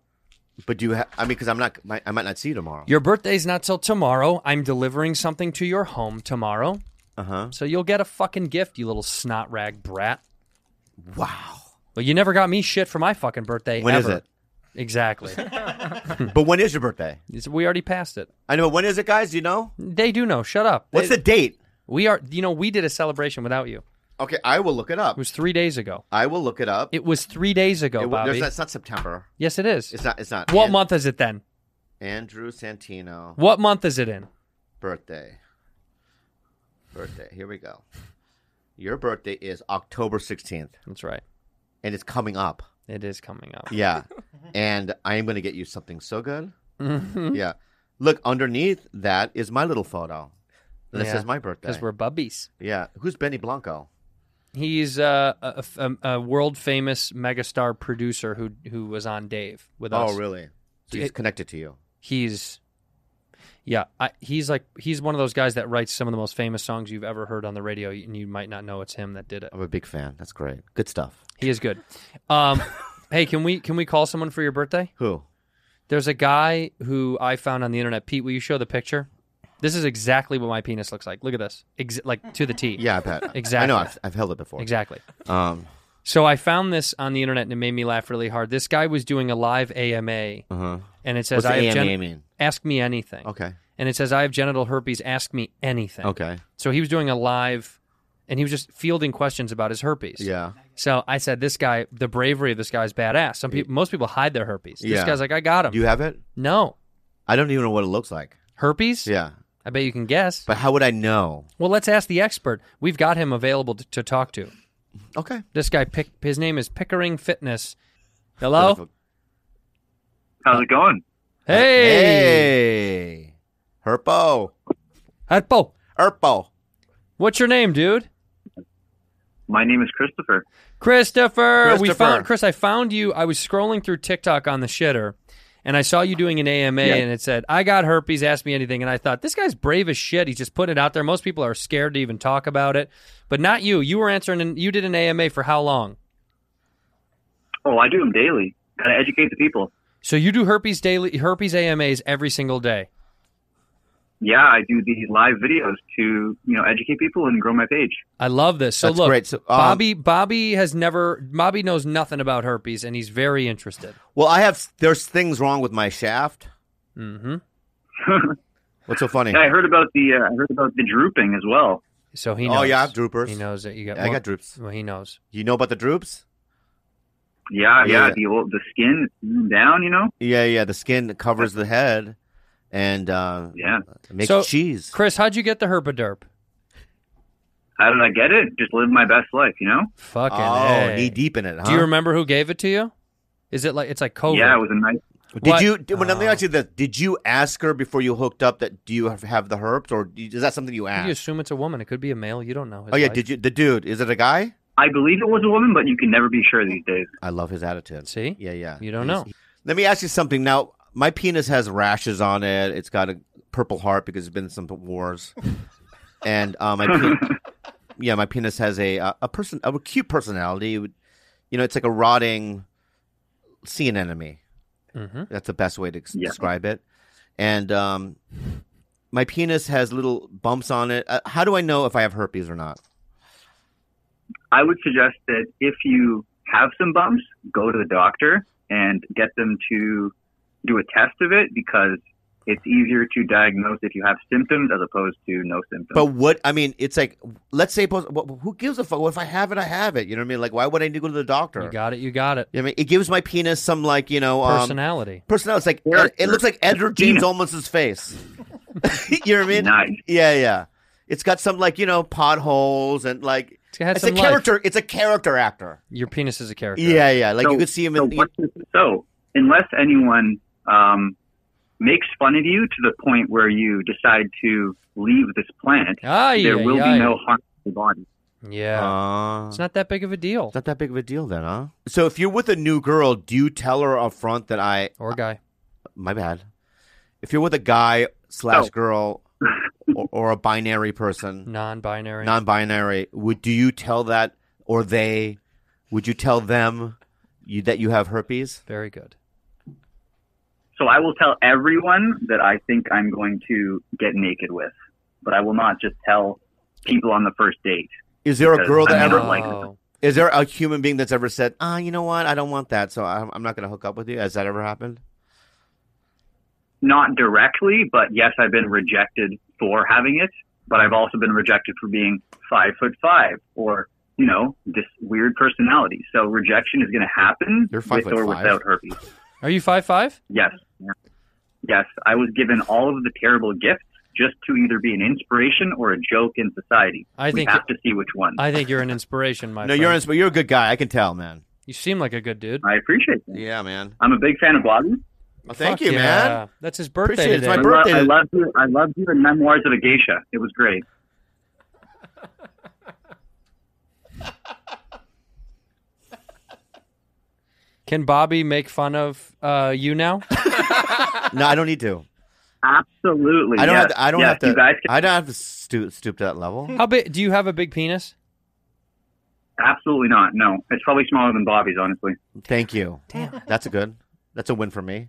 C: But do you have, I mean, because I'm not, my, I might not see you tomorrow.
E: Your birthday's not till tomorrow. I'm delivering something to your home tomorrow.
C: Uh huh.
E: So you'll get a fucking gift, you little snot rag brat.
C: Wow.
E: But you never got me shit for my fucking birthday.
C: When is
E: ever. Exactly.
C: it? But when is your birthday?
E: It's- we already passed it.
C: I know. but When is it, guys? Do you know?
E: They do know. Shut up.
C: What's
E: They-
C: the date?
E: We are, you know, we did a celebration without you. It
C: Okay, I will look it up.
E: was three days ago.
C: I will look it up.
E: It was three days ago,
C: It- there's-
E: Bobby.
C: That's not September.
E: yes, it is.
C: It's not. It's not.
E: what
C: An-
E: month is it then?
C: Andrew Santino
E: What month is it in?
C: birthday. Birthday. Here we go. Your birthday is October 16th,
E: That's right.
C: and it's coming up.
E: It is coming up.
C: Yeah, and I am going to get you something so good.
E: Mm-hmm.
C: Yeah. Look, underneath that is my little photo. That
E: Yeah,
C: says my birthday.
E: Because we're bubbies.
C: yeah. Who's Benny Blanco?
E: He's uh, a, a- a world famous megastar producer who who was on Dave with us.
C: Oh, really? So he's
E: It-
C: connected to you.
E: He's yeah, I, he's like he's one of those guys that writes some of the most famous songs you've ever heard on the radio, and you might not know it's him that did it.
C: I'm a big fan. That's great. Good stuff.
E: He is good. Um, hey, can we can we call someone for your birthday?
C: Who?
E: There's a guy who I found on the internet. Pete, will you show the picture? This is exactly what my penis looks like. Look at this, Ex- like to the T.
C: Yeah, I bet. I
E: Exactly.
C: know. I've, I've held it before.
E: exactly.
C: Um,
E: So I found this on the internet and it made me laugh really hard. This guy was doing a live AMA, and it says,
C: uh-huh. What's
E: "I
C: the
E: have
C: AMA
E: gen-
C: mean?
E: ask me anything."
C: Okay.
E: and it says, "I have genital herpes. Ask me anything."
C: Okay.
E: So he was doing a live and he was just fielding questions about his herpes.
C: Yeah.
E: So I said, this guy, the bravery of this guy is badass. Some people, most people hide their herpes. This
C: Yeah.
E: guy's like, I got him.
C: Do you have it?
E: no
C: I don't even know what it looks like.
E: herpes.
C: Yeah.
E: I bet you can guess.
C: But how would I know?
E: well, let's ask the expert. We've got him available to, to talk to.
C: Okay.
E: This guy, Pick, his name is Pickering Fitness.
C: Uh,
E: Hello.
G: How's it going?
E: Hey.
C: Hey. Herpo.
E: Herpo.
C: Herpo.
E: What's your name, dude?
G: My name is Christopher.
E: Christopher, we
C: Christopher.
E: found Chris. I found you. I was scrolling through TikTok on the shitter, and I saw you doing an AMA, and it said, "I got herpes. Ask me anything." And I thought, this guy's brave as shit. He's just putting it out there. Most people are scared to even talk about it, but not you. You were answering, and you did an AMA for how long?
G: Oh, I do them daily. Gotta educate the people.
E: So you do herpes daily, herpes AMAs every single day.
G: Yeah, I do these live videos to you know educate people and grow my page.
E: I love this. So
C: That's
E: look,
C: great. So, um,
E: Bobby, Bobby has never, Bobby knows nothing about herpes, and he's very interested.
C: Well, I have. There's things wrong with my shaft.
E: hmm
C: What's so funny?
G: Yeah, I heard about the uh, I heard about the drooping as well.
E: So he knows.
C: oh yeah, I have droopers.
E: He knows that you got.
C: I
E: well,
C: got droops.
E: Well, he knows.
C: You know about the droops?
G: Yeah,
C: Yeah,
G: yeah,
C: yeah.
G: the old the skin down, you know.
C: Yeah, yeah. The skin that covers the head, and uh,
G: Yeah.
C: it makes
E: So-
C: cheese.
E: Chris, how'd you get the herpaderp?
G: How did I get it? Just live my best life, you know.
E: Fucking
C: oh,
E: A.
C: knee deep in it. Huh?
E: Do you remember who gave it to you? Is it like it's like COVID?
G: Yeah, it was a nice.
C: Did
E: What-
C: you? Did, when let me
E: Oh.
C: ask you this: Did you ask her before you hooked up that do you have, have the herpes, or do you- is that something you
E: you
C: asked?
E: assume it's a woman. It could be a male. You don't know.
C: Ah. oh yeah, did you? The dude is it a guy?
G: I believe it was a woman, but you can never be sure these days.
C: I love his attitude.
E: See?
C: Yeah, yeah.
E: You don't
C: He's-
E: know.
C: he- let me ask you something now. My penis has rashes on it. It's got a purple heart because it's been in some wars, and um, my pe- yeah, my penis has a uh, a person a cute personality. It would- You know, it's like a rotting sea anemone.
E: Mm-hmm.
C: That's the best way to ex-
G: Yeah.
C: describe it. And um, my penis has little bumps on it. Uh, how do I know if I have herpes or not?
G: I would suggest that if you have some bumps, go to the doctor and get them to do a test of it because it's easier to diagnose if you have symptoms as opposed to no symptoms.
C: But what I mean, it's like, let's say, pos- wh- who gives a fuck? Well, if I have it, I have it. You know what I mean? Like, why would I need to go to the doctor?
E: You got it. You got it.
C: You know what I mean, it gives my penis some like you know um,
E: Personality.
C: personality. It's like
G: Character.
C: it looks like Edward James Olmos's face. you know what I mean?
G: Nice.
C: Yeah, yeah. It's got some like you know potholes and like
E: It's had
C: it's a
E: some life.
C: character. It's a character actor.
E: Your penis is a character.
C: Yeah, yeah. Like you could see him
G: So,
C: in.
G: what's this- so unless anyone um, makes fun of you to the point where you decide to leave this planet,
E: Ay,
G: there
E: ay,
G: will
E: ay.
G: be no harm to the body.
E: Yeah.
G: Uh,
C: Ah.
E: it's not that big of a deal.
C: It's not that big of a deal then, huh? So if you're with a new girl, do you tell her up front that I
E: Or guy.
C: my bad. If you're with a guy slash
G: No.
C: girl or, or a binary
E: Hmm.
C: person,
E: Non-binary.
C: non binary, would do you tell that or they would you tell them you, that you have herpes?
E: Very good.
G: So I will tell everyone that I think I'm going to get naked with, but I will not just tell people on the first date.
C: Is there a
G: Because
C: girl that
G: I
C: ever
G: don't like-
E: Oh.
C: is there a human being that's ever said, ah, you know what, I don't want that, so I'm, I'm not going to hook up with you? Has that ever happened?
G: Not directly, but yes, I've been rejected for having it, but I've also been rejected for being five foot five or, you know, this weird personality. So rejection is going to happen
C: You're five
G: with
C: foot
G: or
C: five.
G: without herpes.
E: Are you five five?
G: Yes. Yes, I was given all of the terrible gifts just to either be an inspiration or a joke in society.
E: I
G: we
E: think-
G: have to see which one. I,
E: I think you're an inspiration, my
C: No,
E: friend.
C: you're in, you're a good guy. I can tell, man.
E: You seem like a good dude.
G: appreciate that.
C: Yeah, man.
G: I'm a big fan of Bobby.
C: Well, thank
E: Fuck
C: you,
E: yeah.
C: man.
E: That's his birthday
C: Appreciate it. It's
E: today.
C: my
G: I,
C: birthday.
G: lo- I loved you. I loved you in Memoirs of a Geisha. It was great.
E: Can Bobby make fun of uh, you now?
C: No, I don't need to.
G: Absolutely.
C: I don't
G: yes.
C: have to. I don't
G: yes,
C: have to.
G: You guys can
C: I don't have to stoop, stoop to that level.
E: How big? Do you have a big penis?
G: Absolutely not. No, it's probably smaller than Bobby's, honestly.
C: Thank you. Damn, that's a good. That's a win for me.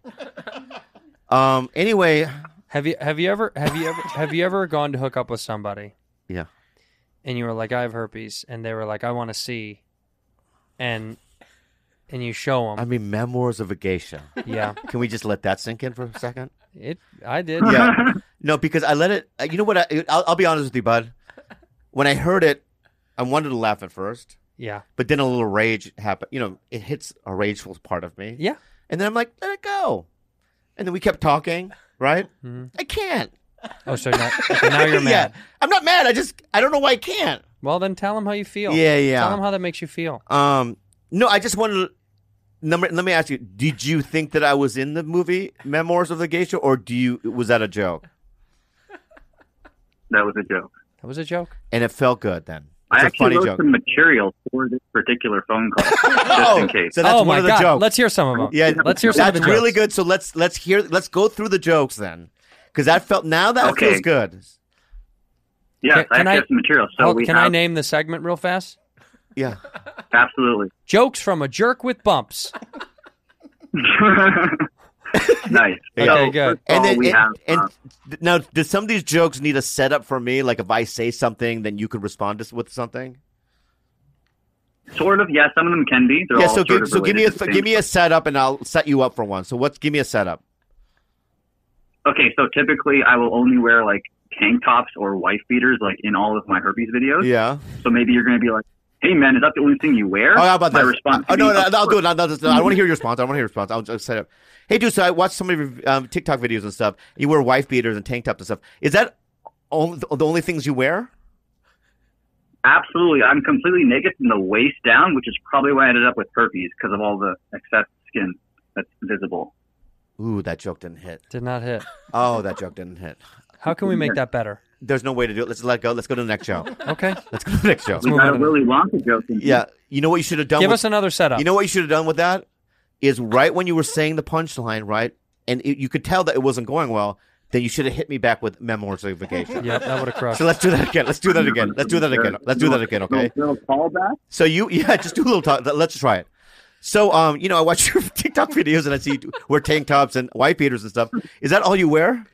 C: Um. Anyway,
E: Have you have you ever have you ever have you ever gone to hook up with somebody?
C: Yeah.
E: And you were like, I have herpes, and they were like, I want to see, and and you show
C: I
E: them.
C: mean, memoirs of a geisha.
E: yeah,
C: Can we just let that sink in for a second?
E: it. I did.
C: uh, Yeah. No, because I let it. You know what? I, I'll, I'll be honest with you, bud. When I heard it, I wanted to laugh at first,
E: Yeah.
C: but then a little rage happened. You know, it hits a rageful part of me.
E: Yeah.
C: And then I'm like, let it go. And then we kept talking, right?
E: Mhm.
C: I can't.
E: Oh, so now, okay, now you're mad.
C: Yeah. I'm not mad. I just, I don't know why I can't.
E: Well, then tell him how you feel.
C: Yeah, yeah.
E: Tell him how that makes you feel.
C: Um, no, I just wanted to. Number, let me ask you: Did you think that I was in the movie Memoirs of the Geisha, or do you was that a joke?
G: That was a joke.
E: That was a joke.
C: And it felt good then. It's
G: I
C: a
G: actually
C: funny
G: wrote
C: joke.
G: some material for this particular phone call, just
C: oh,
G: in case.
C: so that's
E: oh
C: one
E: my
C: of the
E: God.
C: jokes.
E: Let's hear some of them.
C: yeah,
E: Let's hear some of
C: That's
E: the jokes.
C: really good. So let's let's hear let's go through the jokes then, because that felt now that
G: Okay.
C: feels good.
G: Yes,
E: Can-
G: I
E: can
G: actually
E: I-
G: have some material. So
E: Hold-
G: we
E: Oh, can
G: have
E: I name the segment real fast?
C: Yeah,
G: absolutely.
E: Jokes from a jerk with bumps.
G: nice.
C: Okay,
G: so,
E: good.
G: First of all,
C: and then
G: we
C: and,
G: have
C: and
G: uh,
C: th- now, does some of these jokes need a setup for me? Like if I say something, then you could respond to s- with something.
G: sort of. Yeah, some of them can be. They're
C: yeah. So
G: all sort
C: give,
G: of
C: so give me a
G: related to
C: th-
G: things.
C: give me a setup, and I'll set you up for one. So what's give me a setup?
G: Okay, so typically I will only wear like tank tops or wife beaters, like in all of my herpes videos.
C: Yeah.
G: So maybe you're going to be like, "Hey, man, is that the only thing you wear?"
C: Oh, how about
G: my
C: that?
G: response?
C: Oh
G: would
C: no,
G: be,
C: no,
G: "Of
C: no, I'll do
G: course."
C: it. No, no, no, I want to hear your response. I want to hear your response. I'll just set up. Hey, dude. So I watched so many um, TikTok videos and stuff. You wear wife beaters and tank tops and stuff. Is that all the the only things you wear?
G: Absolutely, I'm completely naked from the waist down, which is probably why I ended up with herpes because of all the excess skin that's visible.
C: Ooh, that joke didn't hit.
E: Did not hit.
C: Oh, that joke didn't hit.
E: How can we make that better?
C: There's no way to do it. Let's let go. Let's go to the next joke.
E: Okay.
C: Let's go to the next joke.
G: We
E: move
G: got a
E: on.
G: Willy Wonka joke. in here.
C: Yeah. You know what you should have done?
E: Give
C: with-
E: us another setup.
C: You know what you should have done with that is right when you were saying the punchline, right, and it, you could tell that it wasn't going well. Then you should have hit me back with memoirs of vacation.
E: yeah, that would have crushed.
C: So let's do that again. Let's do that again. Let's do that again. Let's do that again. Okay.
G: Little callback.
C: So you, yeah, just do a little talk. Let's try it. So, um, you know, I watch your TikTok videos and I see you wear tank tops and white beaters and stuff. Is that all you wear?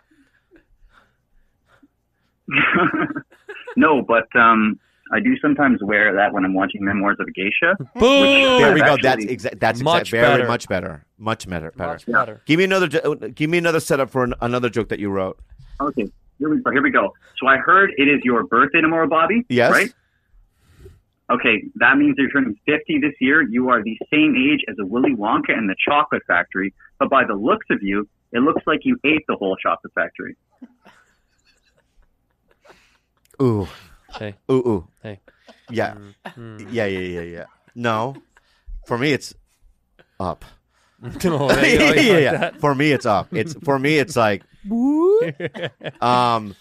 G: no, but um, I do sometimes wear that when I'm watching Memoirs of a Geisha.
E: Boom!
C: There we go.
G: Actually,
C: That's exact. That's
E: much
C: exact. Very
E: better.
C: much better. Much better. Better.
E: Much better.
C: Give me another. jo- Give me another setup for an, another joke that you wrote.
G: Okay, here we go. Here we go. So I heard it is your birthday tomorrow, Bobby.
C: Yes.
G: Right. Okay, that means you're turning 50 this year. You are the same age as a Willy Wonka and the Chocolate Factory, but by the looks of you, it looks like you ate the whole Chocolate Factory.
C: Ooh.
E: Hey.
C: Ooh. Ooh.
E: Hey. Mm.
C: Yeah. Yeah. Yeah. Yeah. Yeah. No. For me, it's up.
E: Oh, yeah, you
C: yeah,
E: always
C: yeah,
E: like
C: yeah.
E: that.
C: For me, it's up. It's for me, it's like, um,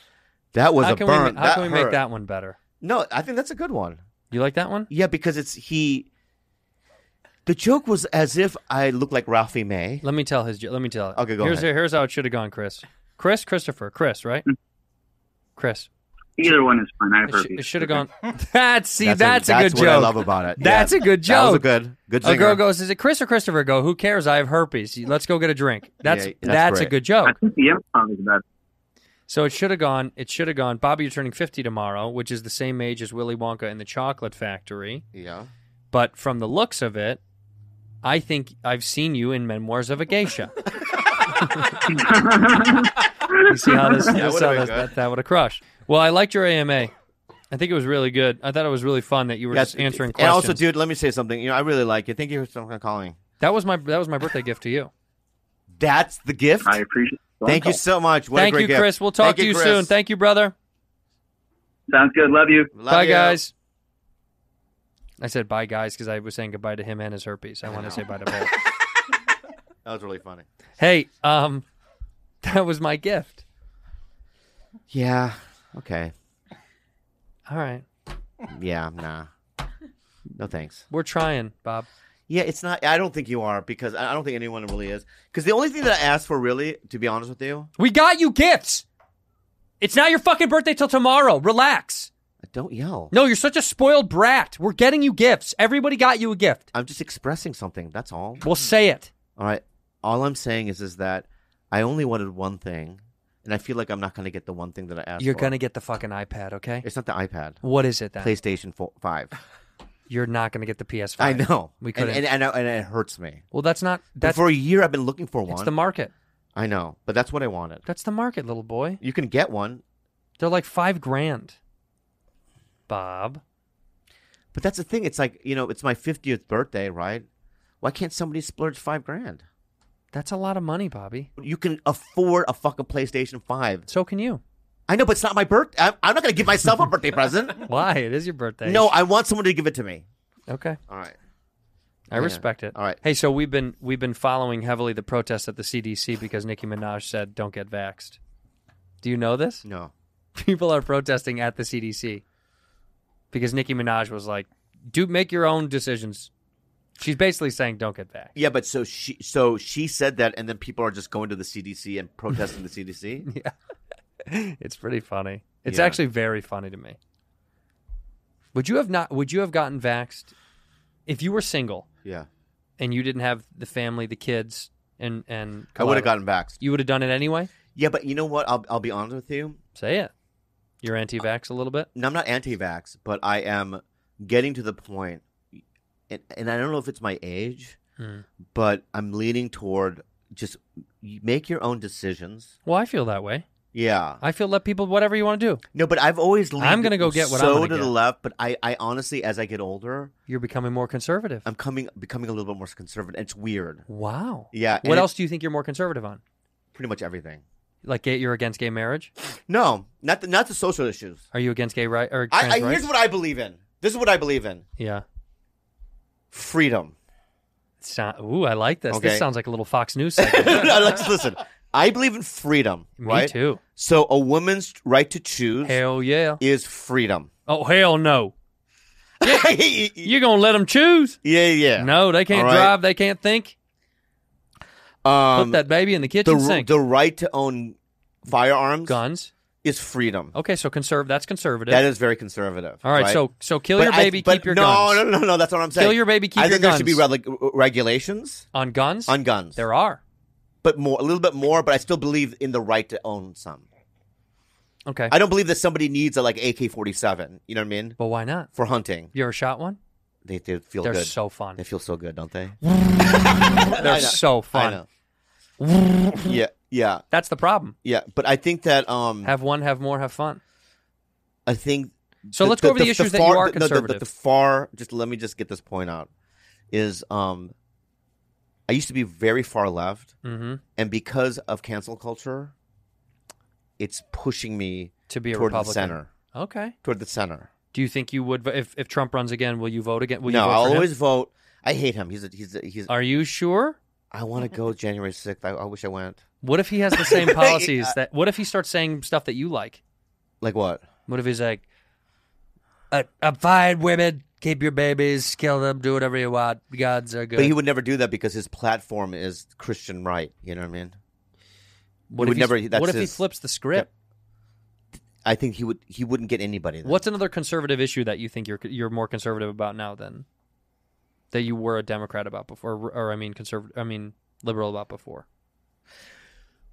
C: that was
E: How
C: a
E: can,
C: burn.
E: we, ma- how can we make
C: hurt.
E: that one better?
C: No, I think that's a good one.
E: You like that one?
C: Yeah, because it's he. The joke was as if I look like Ralphie May.
E: Let me tell his. Let me tell it.
C: Okay, go
E: here's
C: ahead.
E: here's how it should have gone, Chris. Chris, Christopher, Chris, right? Chris.
G: Mm-hmm. Either one is fine. I have
E: It, sh-
G: herpes.
E: it should have gone. That's see, that's, a, good
C: what
E: joke.
C: I love about it.
E: That's a good
C: That was a
E: joke.
C: good, good
E: A
C: singer.
E: girl goes, "Is it Chris or Christopher?" I Go, who cares? I have herpes. Let's go get a drink. That's
C: Yeah,
E: that's,
C: that's
E: a
C: great.
E: good
G: I
E: joke.
G: think the improv is about
E: So it should have gone. It should have gone. Bobby, you're turning fifty tomorrow, which is the same age as Willy Wonka and the Chocolate Factory.
C: Yeah.
E: But from the looks of it, I think I've seen you in Memoirs of a Geisha. you see how this, this-
C: would've been
E: how this-
C: good.
E: that, that would have crushed. Well, I liked your AMA. I think it was really good. I thought it was really fun that you were
C: Yeah,
E: just answering
C: and
E: questions.
C: also, dude, let me say something. You know, I really like it. Thank you for calling.
E: that was my that was my birthday gift to you.
C: That's the gift.
G: I appreciate the phone
C: Thank you
G: call.
C: so much. What a
E: Thank
C: great
E: you,
C: gift.
E: Chris. We'll talk
C: Thank
E: to you
C: Chris.
E: soon. Thank you, brother.
G: Sounds good. Love you.
C: Love
E: bye,
C: you.
E: guys. I said bye, guys, because I was saying goodbye to him and his herpes. I, want to say bye to both.
C: That was really funny.
E: hey, um, that was my gift.
C: Yeah. Okay.
E: All right,
C: Yeah. Nah. No thanks.
E: we're trying, Bob.
C: Yeah, it's not. I don't think you are because I I don't think anyone really is. Because the only thing that I asked for, really, to be honest with you,
E: We got you gifts. It's not your fucking birthday till tomorrow. Relax.
C: don't yell.
E: No, you're such a spoiled brat. We're getting you gifts. Everybody got you a gift.
C: I'm just expressing something. That's all.
E: We'll say it.
C: All right. All I'm saying is, is that I only wanted one thing, and I feel like I'm not going to get the one thing that I asked.
E: You're
C: for.
E: gonna get the fucking iPad, okay?
C: It's not the iPad.
E: What is it then?
C: PlayStation 4, Five.
E: You're not gonna get the PS5.
C: I know.
E: We
C: and,
E: couldn't.
C: and, and, I- and it hurts me.
E: well, that's not.
C: But
E: That's
C: for a year, I've been looking for
E: it's
C: one.
E: the market.
C: I know, but that's what I wanted.
E: That's the market, little boy.
C: You can get one.
E: They're like five grand. Bob,
C: But that's the thing. It's like you know, it's my fiftieth birthday, right? Why can't somebody splurge five grand?
E: That's a lot of money, Bobby.
C: You can afford a fucking PlayStation Five.
E: So can you.
C: I know, but it's not my birthday. I'm, I'm not going to give myself a birthday present.
E: Why? It is your birthday.
C: No, I want someone to give it to me.
E: Okay.
C: All right.
E: I
C: Yeah.
E: respect it.
C: All right.
E: Hey, so we've been we've been following heavily the protests at the CDC because Nicki Minaj said don't get vaxxed. Do you know this?
C: No.
E: People are protesting at the CDC because Nicki Minaj was like, "Do make your own decisions." She's basically saying don't get vaxxed.
C: Yeah, but so she so she said that, and then people are just going to the CDC and protesting the CDC.
E: It's pretty funny. It's
C: Yeah.
E: actually very funny to me. Would you have not would you have gotten vaxxed if you were single
C: Yeah,
E: and you didn't have the family, the kids and and
C: I would have
E: collateral?
C: gotten vaxxed.
E: You would have done it anyway?
C: Yeah, but you know what? I'll I'll be honest with you.
E: Say it. You're anti-vax a little bit.
C: No, I'm not anti-vax, but I am getting to the point, and, and I don't know if it's my age,
E: Hmm.
C: but I'm leaning toward just make your own decisions.
E: Well, I feel that way.
C: Yeah.
E: I feel let people whatever you want to do.
C: No, but I've always leaned
E: gonna go get what I'm
C: so
E: gonna
C: to the
E: get.
C: left. But I, I honestly, as I get older,
E: You're becoming more conservative.
C: I'm coming becoming a little bit more conservative. It's weird.
E: wow.
C: Yeah. and
E: What
C: it's
E: else do you think you're more conservative on?
C: Pretty much everything.
E: Like gay, you're against gay marriage?
C: No, not the, not the social issues.
E: Are you against gay right or trans
C: I, I
E: rights?
C: here's what I believe in. This is what I believe in.
E: yeah.
C: Freedom.
E: So, ooh, I like this. This
C: Okay.
E: sounds like a little Fox News segment.
C: No, let's listen. I believe in freedom.
E: Me
C: right?
E: too.
C: So a woman's right to choose
E: Hell yeah.
C: is freedom.
E: Oh hell no.
C: yeah,
E: You're gonna let them choose?
C: yeah.
E: No, they can't
C: All right.
E: drive. They can't think. Put
C: Um,
E: that baby in the kitchen
C: the
E: sink.
C: the right to own firearms
E: Guns.
C: is freedom.
E: Okay, so conserve. That's conservative.
C: That is very conservative.
E: Oh, All right, so so kill your
C: But I-
E: baby,
C: but
E: keep your
C: no,
E: guns.
C: No, no, no, no. That's what I'm saying.
E: Kill your baby, keep
C: I
E: your
C: think there should be
E: guns.
C: reg- r- regulations
E: On guns?
C: on guns.
E: There are.
C: but more, a little bit more. But I still believe in the right to own some.
E: Okay.
C: I don't believe that somebody needs a like AK-47. You know what I mean?
E: but why not?
C: For hunting,
E: You ever shot one?
C: they, they feel
E: They're
C: good.
E: so fun.
C: they feel so good, don't they?
E: They're so
C: I
E: fun.
C: know. yeah, yeah,
E: That's the problem.
C: yeah. But I think that um,
E: Have one, have more, have fun.
C: I think.
E: So let's go over the issues that you are
C: the- the- the-
E: conservative.
C: the far, just let me just get this point out. Is um, I used to be very far left.
E: hmm
C: and because of cancel culture, it's pushing me
E: To be a
C: toward
E: Republican.
C: the center.
E: Okay.
C: Toward the center.
E: Do you think you would, if, if Trump runs again, will you vote again? Will you
C: no,
E: vote
C: I'll
E: for him?
C: always vote. I hate him. He's a, he's a, he's.
E: Are you sure?
C: I want to go January sixth. I, I wish I went.
E: What if he has the same policies that, what if he starts saying stuff that you like?
C: Like what?
E: What if he's like, "Uh, I'm fine, women, keep your babies, kill them, do whatever you want. Guns are good.
C: But he would never do that because his platform is Christian right. You know what I mean? he
E: what
C: would
E: if, he's-
C: never- that's
E: what if he
C: his-
E: flips the script?
C: I think he would. He wouldn't get anybody. Then.
E: What's another conservative issue that you think you're you're more conservative about now than that you were a Democrat about before, or, or I mean, conservative, I mean, liberal about before?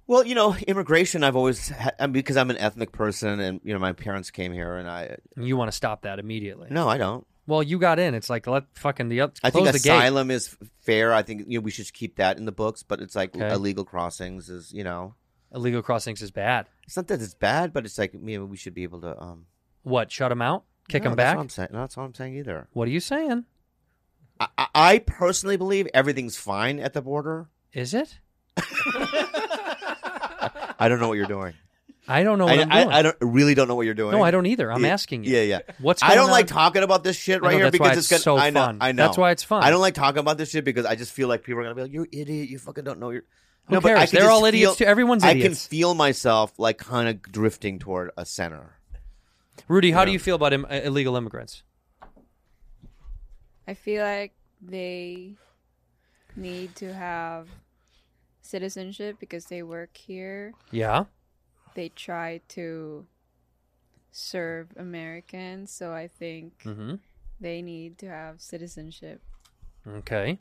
C: Well, you know, immigration. I've always ha- I mean, because I'm an ethnic person, and you know, my parents came here, and I.
E: And you want to stop that immediately.
C: No, I don't.
E: Well, you got in. It's like let fucking the up.
C: I think
E: close the gate.
C: asylum is fair. I think you know we should keep that in the books, but it's like
E: Okay.
C: illegal crossings is you know
E: Illegal crossings is bad.
C: it's not that it's bad, but it's like maybe we should be able to um
E: What? Shut them out? Kick
C: no,
E: them
C: that's
E: back?
C: What I'm saying. No, that's what I'm saying either.
E: What are you saying?
C: I, I- I personally believe everything's fine at the border.
E: Is it?
C: I don't know what you're doing.
E: I don't know what
C: I,
E: am
C: I,
E: doing.
C: I don't really don't know what you're doing.
E: no, I don't either. I'm
C: Yeah,
E: asking you.
C: Yeah, yeah.
E: What's
C: I don't
E: going
C: like
E: on?
C: talking about this shit
E: I
C: right
E: know,
C: here
E: that's why
C: because
E: it's
C: gonna,
E: so
C: I know,
E: fun.
C: I know.
E: That's why it's fun.
C: I don't like talking about this shit because I just feel like people are gonna be like, "You're an idiot. You fucking don't know your."
E: Who
C: no, but I
E: cares?
C: can
E: They're
C: just
E: all idiots
C: feel-
E: too. Everyone's
C: I can
E: idiots.
C: feel myself like kind of drifting toward a center.
E: Rudy, how do you feel about Im- illegal immigrants?
D: I feel like they need to have citizenship because they work here.
E: Yeah.
D: They try to serve Americans, so I think
E: Mm-hmm.
D: they need to have citizenship.
E: Okay.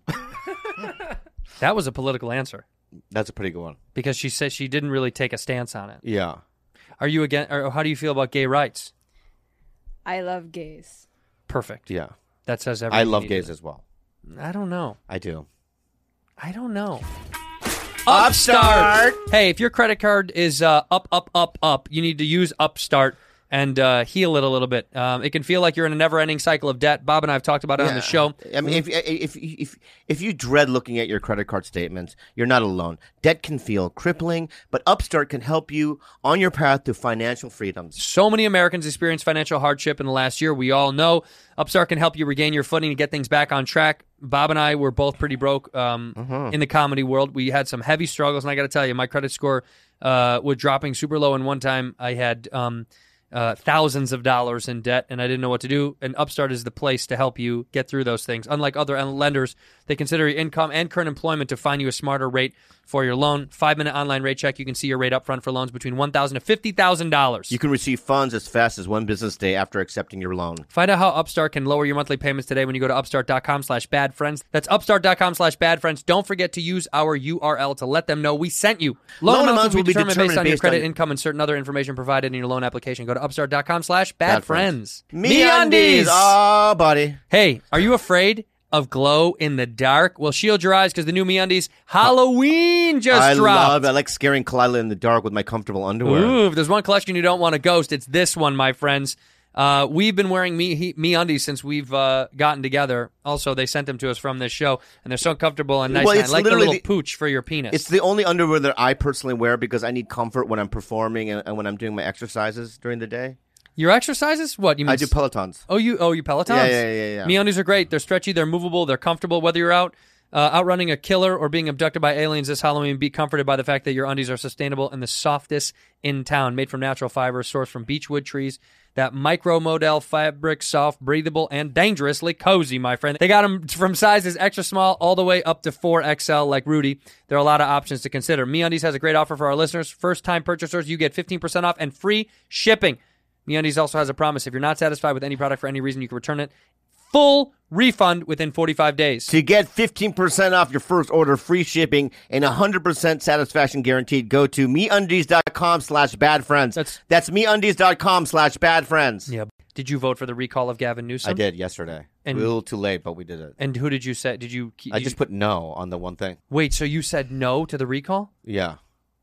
E: that was a political answer
C: That's a pretty good one.
E: because she said she didn't really take a stance on it.
C: Yeah.
E: Are you again? Or how do you feel about gay rights?
D: I love gays.
E: Perfect.
C: Yeah.
E: That says everything.
C: I love
E: you need
C: gays
E: to
C: as well.
E: know. I don't know.
C: I do.
E: I don't know. Upstart. Hey, if your credit card is uh, up, up, up, up, you need to use Upstart and uh, heal it a little bit. Um, it can feel like you're in a never-ending cycle of debt. Bob and I have talked about it on the show.
C: I mean,
E: Mm-hmm.
C: if, if if if you dread looking at your credit card statements, you're not alone. Debt can feel crippling, but Upstart can help you on your path to financial freedoms.
E: So many Americans experienced financial hardship in the last year. We all know Upstart can help you regain your footing and get things back on track. Bob and I were both pretty broke um, in the comedy world. We had some heavy struggles, and I got to tell you, my credit score uh, was dropping super low. And one time, I had um, uh, thousands of dollars in debt, and I didn't know what to do. And Upstart is the place to help you get through those things. Unlike other lenders, they consider your income and current employment to find you a smarter rate for your loan. Five minute online rate check. You can see your rate up front for loans between one thousand to fifty thousand dollars.
C: You can receive funds as fast as one business day after accepting your loan.
E: Find out how Upstart can lower your monthly payments today when you go to upstart.com slash bad friends. That's upstart.com slash bad friends. Don't forget to use our URL to let them know we sent you. Loan, amounts, will be determined, based on your credit income and certain other information provided in your loan application. Go to upstart.com slash bad
C: Bad
E: friends.
C: friends.
E: Ah.
C: oh buddy.
E: Hey, are you afraid of glow in the dark? Well, shield your eyes because the new MeUndies Halloween just
C: I
E: dropped.
C: love. I like scaring Kalila in the dark with my comfortable underwear.
E: Ooh, if there's one collection you don't want to ghost, it's this one, my friends. Uh, we've been wearing me he, me undies since we've uh, gotten together. Also, they sent them to us from this show, and they're so comfortable and nice.
C: Well,
E: and I
C: it's
E: like the
C: literally
E: little
C: the-
E: pooch for your penis.
C: It's the only underwear that I personally wear because I need comfort when I'm performing and, and when I'm doing my exercises during the day.
E: your exercises? What you mean?
C: I do Pelotons.
E: Oh, you oh you Pelotons?
C: Yeah, yeah, yeah, yeah.
E: MeUndies are great. They're stretchy. They're movable. They're comfortable. Whether you're out uh, outrunning a killer or being abducted by aliens this Halloween, be comforted by the fact that your undies are sustainable and the softest in town. Made from natural fibers, sourced from beechwood trees. That micro modal fabric, soft, breathable, and dangerously cozy, my friend. They got them from sizes extra small all the way up to 4XL, like Rudy. There are a lot of options to consider. MeUndies has a great offer for our listeners. First time purchasers, you get 15% off and free shipping. MeUndies also has a promise: if you're not satisfied with any product for any reason, you can return it. Full refund within 45 days.
C: To get 15% off your first order, free shipping, and 100% satisfaction guaranteed, go to MeUndies.com slash badfriends.
E: That's-
C: That's MeUndies.com slash badfriends.
E: Yeah. Did you vote for the recall of Gavin Newsom?
C: I did yesterday.
E: And-
C: a little too late, but we did it.
E: And who did you say? Did you? Did
C: I just put no on the one thing.
E: Wait. So you said no to the recall?
C: Yeah.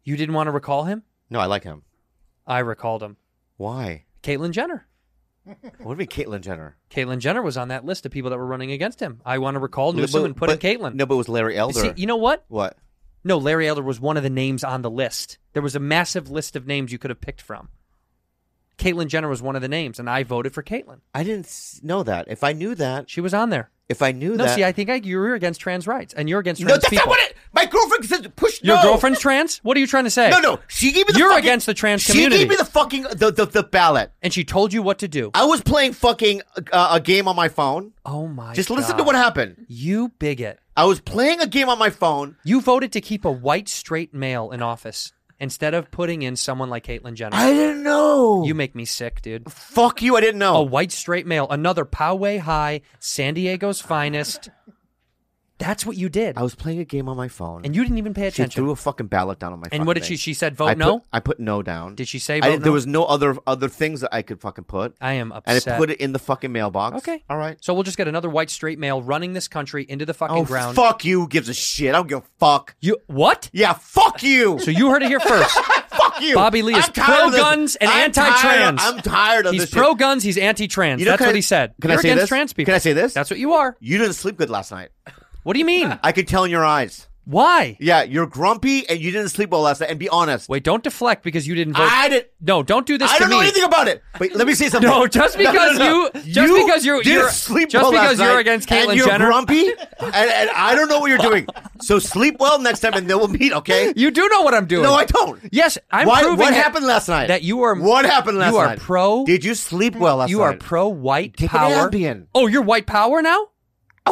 E: You didn't want to recall him?
C: No, I like him.
E: I recalled him.
C: Why?
E: Caitlyn Jenner.
C: What do you mean, Caitlyn Jenner?
E: Caitlyn Jenner was on that list of people that were running against him. I want to recall Newsom
C: But-
E: and put
C: but-
E: in Caitlyn.
C: No, but it was Larry Elder.
E: See, you know what?
C: what?
E: No, Larry Elder was one of the names on the list. There was a massive list of names you could have picked from. Caitlyn Jenner was one of the names, and I voted for Caitlyn.
C: I didn't s- know that. If I knew that,
E: She was on there.
C: if I knew
E: No,
C: that.
E: see, I think I, you're against trans rights, and you're against
C: no,
E: trans
C: that's
E: people.
C: not what it. My girlfriend said push
E: Your
C: no.
E: girlfriend's trans? What are you trying to say?
C: No, no. She gave me the
E: You're
C: fucking-
E: against the trans
C: She
E: community.
C: gave me the fucking the, the, the ballot.
E: And she told you what to do.
C: I was playing fucking uh, a game on my phone.
E: oh my!
C: Just listen
E: God.
C: to what happened.
E: You bigot.
C: I was playing a game on my phone.
E: You voted to keep a white straight male in office instead of putting in someone like Caitlyn Jenner.
C: I didn't know.
E: you make me sick, dude.
C: fuck you. I didn't
E: A
C: know.
E: white straight male, another Poway High, San Diego's finest. That's what you did,
C: I was playing a game on my phone,
E: and you didn't even pay
C: she
E: attention.
C: threw a fucking ballot down on my.
E: and
C: fucking
E: what did
C: thing.
E: she? She said,
C: I
E: "Vote
C: put-
E: no."
C: I put no down.
E: Did she say
C: I
E: vote
C: didn't- There
E: no?
C: was no other other things that I could fucking put.
E: I am
C: and
E: upset.
C: I put it in the fucking mailbox.
E: Okay.
C: All right.
E: So we'll just get another white straight male running this country into the fucking
C: Oh
E: ground.
C: fuck you. Who gives a shit? I don't give a fuck.
E: You what?
C: Yeah. Fuck you.
E: So you heard it here first.
C: fuck you.
E: Bobby Lee is
C: I'm tired of this.
E: pro-guns and
C: I'm tired-
E: anti-trans.
C: I'm tired of
E: He's
C: this. shit.
E: pro guns. He's anti trans.
C: You know,
E: That's
C: can
E: what
C: I-
E: he said.
C: can I
E: You're
C: say
E: against
C: this?
E: trans people.
C: Can I say this?
E: That's what you are.
C: You didn't sleep good last night.
E: What do you mean?
C: I could tell in your eyes.
E: Why?
C: Yeah, you're grumpy and you didn't sleep well last night. And be honest,
E: Wait, don't deflect because you didn't vote.
C: I didn't.
E: no, don't do this
C: I
E: to
C: don't
E: me.
C: know anything about it. Wait, let me say something.
E: No, just
C: no,
E: because
C: no.
E: you- just because you're-
C: didn't
E: you're-
C: sleep
E: just
C: well
E: because
C: last
E: you're
C: night,
E: against Caitlyn
C: and you're
E: Jenner.
C: grumpy, and, and I don't know what you're doing. So sleep well next time, and then we'll meet. Okay?
E: You do know what I'm doing.
C: no, I don't.
E: Yes, I'm
C: Why,
E: proving
C: what
E: that-
C: happened last night?
E: that you are-
C: What happened last
E: you are
C: night?
E: pro-
C: Did you sleep well last
E: You
C: night?
E: are pro white
C: Take an
E: power.
C: Ambien.
E: Oh, you're white power now.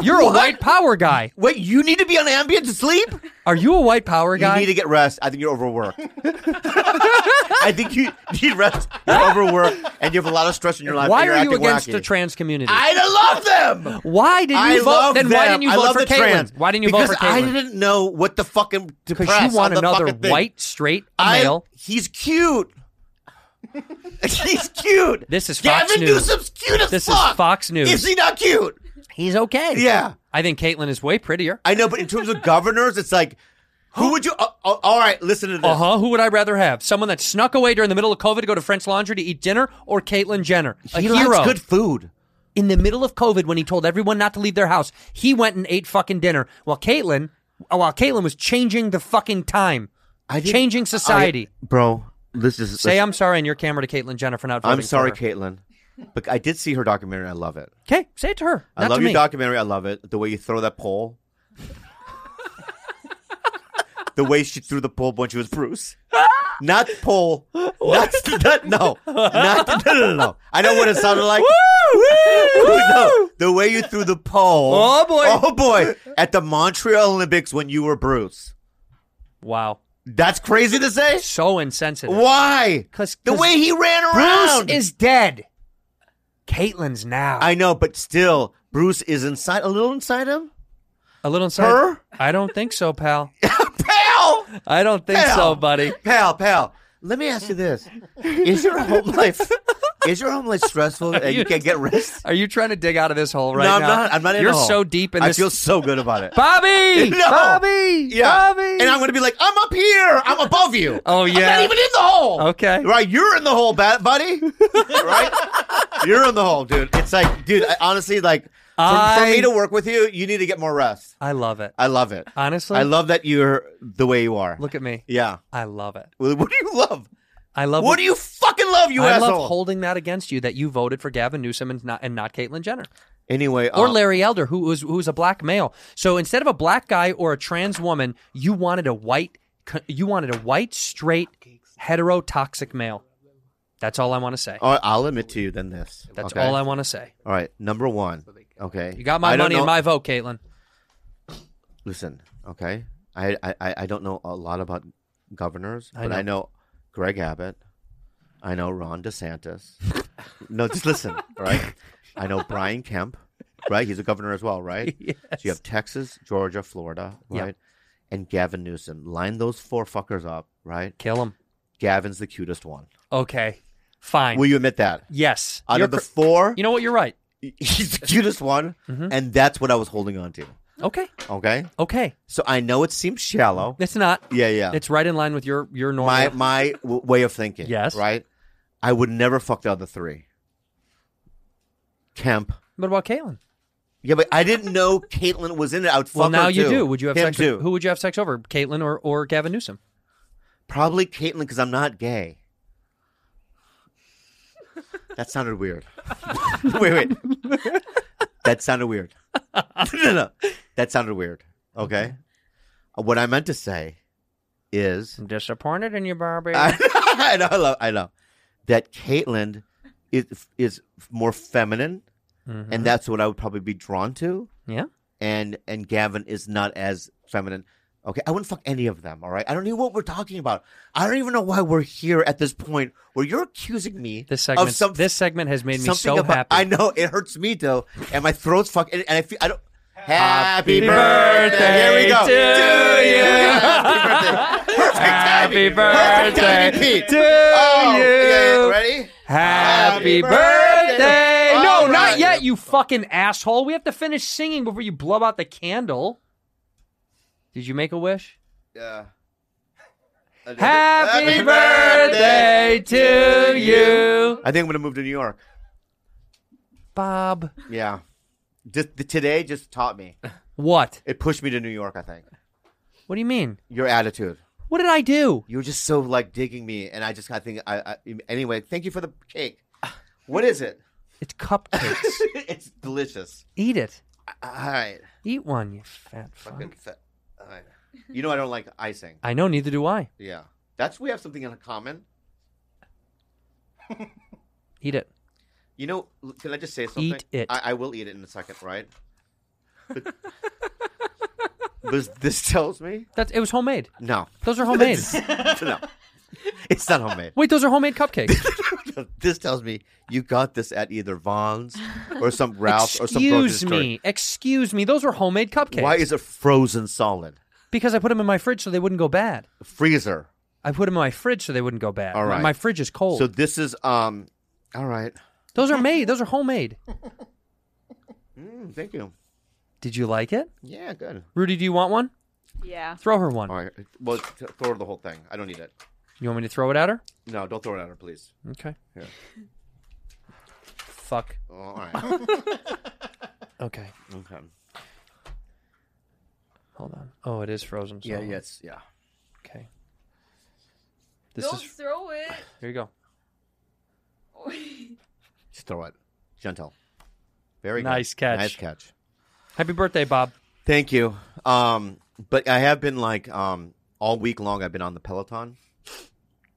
E: You're a
C: what?
E: white power guy.
C: Wait, you need to be on Ambien to sleep?
E: Are you a white power
C: You
E: guy?
C: need to get rest. I think you're overworked. I think you need rest. You're overworked, and you have a lot of stress in your life.
E: Why
C: and you're
E: are you
C: acting
E: against
C: wacky.
E: the trans community?
C: I love them.
E: why did you
C: I
E: vote?
C: love
E: then
C: them.
E: why didn't you
C: I
E: vote
C: love
E: for
C: the
E: Caitlyn?
C: trans.
E: Why didn't you
C: because
E: vote for Caitlyn?
C: I didn't know what the fucking
E: because
C: depress
E: you want
C: on the
E: another
C: fucking thing.
E: white straight
C: I-
E: male.
C: He's cute. he's cute.
E: This is Fox
C: Gavin
E: News.
C: Newsom's cute as
E: This is
C: fuck.
E: Fox News.
C: Is he not cute?
E: He's okay.
C: Yeah,
E: I think Caitlyn is way prettier.
C: I know. But in terms of governors, it's like Who would you? Uh, uh, all right, listen to this.
E: Uh huh. Who would I rather have? Someone that snuck away during the middle of COVID to go to French Laundry to eat dinner, or Caitlyn Jenner, a
C: He
E: hero?
C: likes good food.
E: in the middle of COVID when he told everyone not to leave their house. He went and ate fucking dinner while Caitlyn, uh, while Caitlyn was changing the fucking time,
C: I didn't-
E: changing society.
C: I- bro. This is
E: Say
C: this-
E: I'm sorry in your camera to Caitlyn Jenner for not voting.
C: I'm sorry,
E: for her.
C: Caitlin, but I did see her documentary. I love it.
E: Okay, say it to her.
C: I
E: not
C: love
E: to
C: your
E: me.
C: documentary. I love it. The way you throw that pole. the way she threw the pole when she was Bruce. Not pole. Not, not no. Not no no no. I know what it sounded like. No, the way you threw the pole.
E: Oh, boy.
C: Oh boy! At the Montreal Olympics when you were Bruce.
E: Wow,
C: That's crazy to say.
E: so insensitive.
C: Why?
E: 'Cause-
C: the
E: 'cause
C: way he ran
E: Bruce
C: around.
E: is dead. Caitlyn's now.
C: I know, but still, Bruce is inside a little inside him.
E: a little inside.
C: Her?
E: I don't think so, pal.
C: Pal.
E: I don't think
C: Pal.
E: so, buddy.
C: pal, pal. Let me ask you this: Is your home life is your home life stressful and you
E: you-
C: can get rest?
E: Are you trying to dig out of this hole right
C: no, I'm
E: now?
C: not. I'm not in
E: You're
C: a hole.
E: so deep in
C: I
E: this.
C: feel so good about it.
E: Bobby,
C: No.
E: Bobby,
C: Yeah,
E: Bobby.
C: and I'm going to be like, I'm up here. I'm above you.
E: Oh,
C: I'm
E: yeah.
C: not even in the hole.
E: Okay.
C: right. You're in the hole, ba- buddy. right, you're in the hole, dude. It's like, dude. I, honestly, like, for, for
E: I-
C: me to work with you, you need to get more rest.
E: I love it.
C: I love it.
E: Honestly,
C: I love that you're the way you are.
E: Look at me.
C: Yeah.
E: I love it.
C: Well, What do you love?
E: I love.
C: What do you fucking love, you
E: I
C: asshole?
E: love holding that against you that you voted for Gavin Newsom and not and not Caitlyn Jenner
C: anyway,
E: or
C: uh,
E: Larry Elder, who was who's a black male. So instead of a black guy or a trans woman, you wanted a white, co- you wanted a white straight heterotoxic male. That's all I want to say.
C: All right, I'll admit to you then this.
E: That's
C: Oh, okay?
E: all I want to say.
C: All right, number one. Okay,
E: You got
C: I
E: my
C: don't
E: money
C: know-
E: and my vote, Caitlyn.
C: Listen, okay. I, I I I don't know a lot about governors,
E: I
C: but
E: know.
C: I know Greg Abbott. I know Ron DeSantis. no, just listen. all Right. I know Brian Kemp. Right, he's a governor as well. Right.
E: Yes.
C: So you have Texas, Georgia, Florida.
E: Yep.
C: Right. And Gavin Newsom. Line those four fuckers up. Right.
E: Kill him.
C: Gavin's the cutest one.
E: Okay, fine.
C: Will you admit that?
E: yes.
C: Out
E: You're
C: of the four,
E: cor- you know Mm-hmm. what? You're right.
C: he's the cutest one, and that's what I was holding on to.
E: Okay.
C: Okay,
E: Okay.
C: so I know it seems shallow.
E: It's not.
C: Yeah, yeah.
E: It's right in line with your your normal.
C: my my w- way of thinking.
E: Yes.
C: right. I would never fuck the other three. Kemp.
E: what about Caitlyn?
C: Yeah, but I didn't know Caitlyn was in it. I would fuck
E: Well, now
C: her
E: you
C: too.
E: do. Would you have
C: Him
E: sex?
C: too?
E: Who would you have sex over, Caitlyn or, or Gavin Newsom?
C: Probably Caitlyn because I'm not gay. That sounded weird. wait, wait. That sounded weird. no, no, no. That sounded weird. Okay.
E: Mm-hmm.
C: Uh, What I meant to say is,
E: I'm disappointed in you, Barbie.
C: I, know, I love, I know that Caitlyn is is more feminine,
E: Mm-hmm.
C: and that's what I would probably be drawn to.
E: yeah.
C: And and Gavin is not as feminine. Okay, I wouldn't fuck any of them. All right, I don't know what we're talking about. I don't even know why we're here at this point where you're accusing me
E: This
C: of
E: segment.
C: something.
E: this segment has made me
C: something
E: so
C: about,
E: happy.
C: I know it hurts me though, and my throat's fucking. And I feel I don't.
E: Happy
C: Happy birthday! Here we go.
E: to
C: Happy
E: you.
C: birthday! Perfect
E: Happy
C: timing. Perfect timing,
E: birthday
C: Pete.
E: to
C: Oh, okay,
E: you.
C: ready?
E: Happy
C: Happy
E: birthday!
C: birthday.
E: No,
C: All
E: not
C: right.
E: yet, you fucking asshole. We have to finish singing before you blow out the candle. Did you make a wish?
C: Yeah.
E: Happy birthday to you,
C: I think I'm gonna move to New York.
E: Bob.
C: Yeah. Just the, today just taught me.
E: What?
C: It pushed me to New York. I think
E: What do you mean?
C: your attitude.
E: What did I do?
C: You were just so like digging me, and I just I think I, I anyway. Thank you for the cake. What is it?
E: It's cupcakes.
C: it's delicious.
E: Eat it.
C: All right.
E: Eat one, you fat
C: Fucking
E: fuck.
C: fat. All right. You know I don't like icing.
E: I know, neither do I.
C: Yeah. That's we have something in common.
E: Eat it.
C: You know, l- can I just say something?
E: Eat it.
C: I, I will eat it in a second, right? But- this, this tells me
E: That's it was homemade.
C: no,
E: Those are homemade.
C: no, it's not homemade.
E: Wait, those are homemade cupcakes.
C: This tells me you got this at either Vaughn's or some Ralph's or some grocery
E: Excuse
C: store.
E: me. Excuse me. Those were homemade cupcakes.
C: Why is it frozen solid?
E: Because I put them in my fridge so they wouldn't go bad.
C: Freezer.
E: I put them in my fridge so they wouldn't go bad.
C: All
E: My-
C: right.
E: My fridge is cold.
C: So this is um. All right.
E: those are made. Those are homemade.
C: Mm, thank you.
E: Did you like it?
C: Yeah, good.
E: Rudy, do you want one?
D: Yeah.
E: Throw her one.
C: All right. Well, t- throw the whole thing. I don't need it.
E: You want me to throw it at her?
C: No, don't throw it at her, please.
E: Okay.
C: Yeah.
E: Fuck.
C: Oh, all right.
E: Okay.
C: okay.
E: Hold on. Oh, it is frozen. So.
C: Yeah. Yes. Yeah.
E: Okay. This
D: Don't
E: is.
D: throw it.
E: Here you go.
C: Just throw it. Gentle. Very good.
E: Nice catch.
C: Nice catch.
E: Happy birthday, Bob.
C: Thank you. Um, but I have been like um all week long. I've been on the Peloton.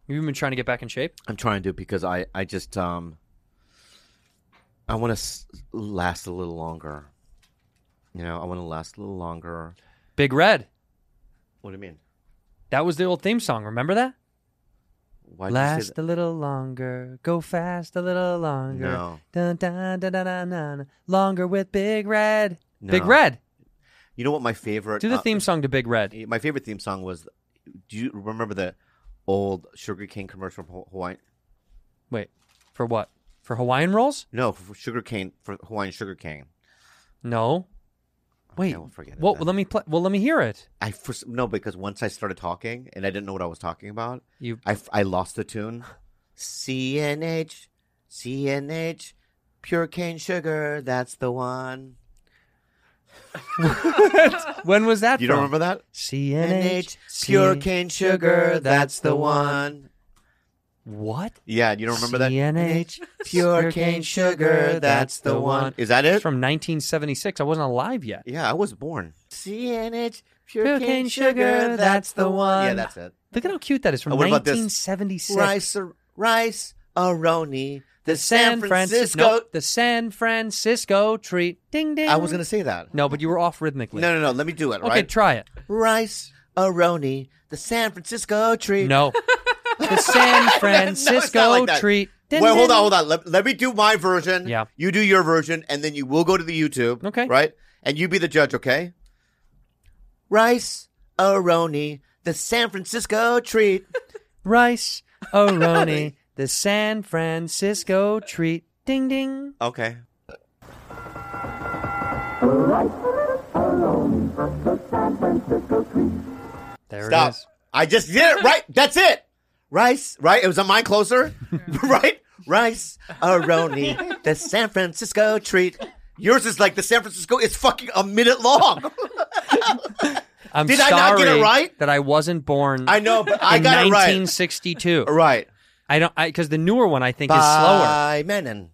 E: You've been trying to get back in shape.
C: I'm trying to because I I just um I want to s- last a little longer. You know, I want to last a little longer.
E: Big Red.
C: What do you mean?
E: That was the old theme song. Remember that?
C: Why
E: Last a little longer. Go fast a little longer.
C: No.
E: Dun, dun, dun, dun, dun, dun. Longer with Big Red. Big
C: No.
E: Red.
C: You know what my favorite?
E: Do the
C: uh,
E: theme song to Big Red.
C: My favorite theme song was. Do you remember the old Sugar Cane commercial from Ho- Hawaiian?
E: Wait. For what? For Hawaiian rolls?
C: No, for sugar cane for Hawaiian sugar cane.
E: No. Wait.
C: we'll forget it
E: Well,
C: then.
E: let me play. Well, let me hear it.
C: I first, no because once I started talking and I didn't know what I was talking about,
E: You
C: I, f- I lost the tune. CNH, CNH, pure cane sugar, that's the one.
E: When was that?
C: You don't
E: from?
C: remember that?
E: CNH
C: CNH, pure
E: C-
C: cane sugar, that's the one.
E: What?
C: Yeah, you don't remember that?
E: CNH,
C: pure cane sugar, that's the one. Is that it?
E: It's from 1976. I wasn't alive yet.
C: yeah, I was born. CNH, pure,
E: Pure
C: cane,
E: cane
C: sugar,
E: sugar,
C: that's
E: that's
C: the
E: the
C: one. Yeah,
E: one.
C: that's it.
E: Look at how cute that is from
C: Oh, what about this?
E: 1976.
C: Rice, rice, aroni, the San
E: Fran-
C: Francisco.
E: nope, the San Francisco treat. Ding ding.
C: I was gonna say that.
E: No, but you were off rhythmically.
C: No, no, no. Let me do it.
E: okay,
C: right?
E: try it.
C: rice, aroni, the San Francisco treat.
E: No. the San Francisco
C: like that.
E: treat. Ding,
C: Wait, hold
E: ding.
C: on, hold on. Let, let me do my version.
E: Yeah.
C: You do your version, and then you will go to the YouTube.
E: Okay.
C: Right? And you be the judge, okay? Rice, aroni, the San Francisco treat.
E: Rice, aroni, the San Francisco treat. Ding ding.
C: Okay.
E: There it
C: Stop.
E: is.
C: I just did it right. That's it. Rice, right? It was on mine closer, right? Rice, aroni, the San Francisco treat. Yours is like the San Francisco. It's fucking a minute long.
E: I'm
C: Did I
E: sorry
C: not get it right?
E: that I wasn't born.
C: I know, but I
E: in
C: got it right.
E: 1962.
C: Right.
E: I don't because the newer one I think is slower.
C: By Menon.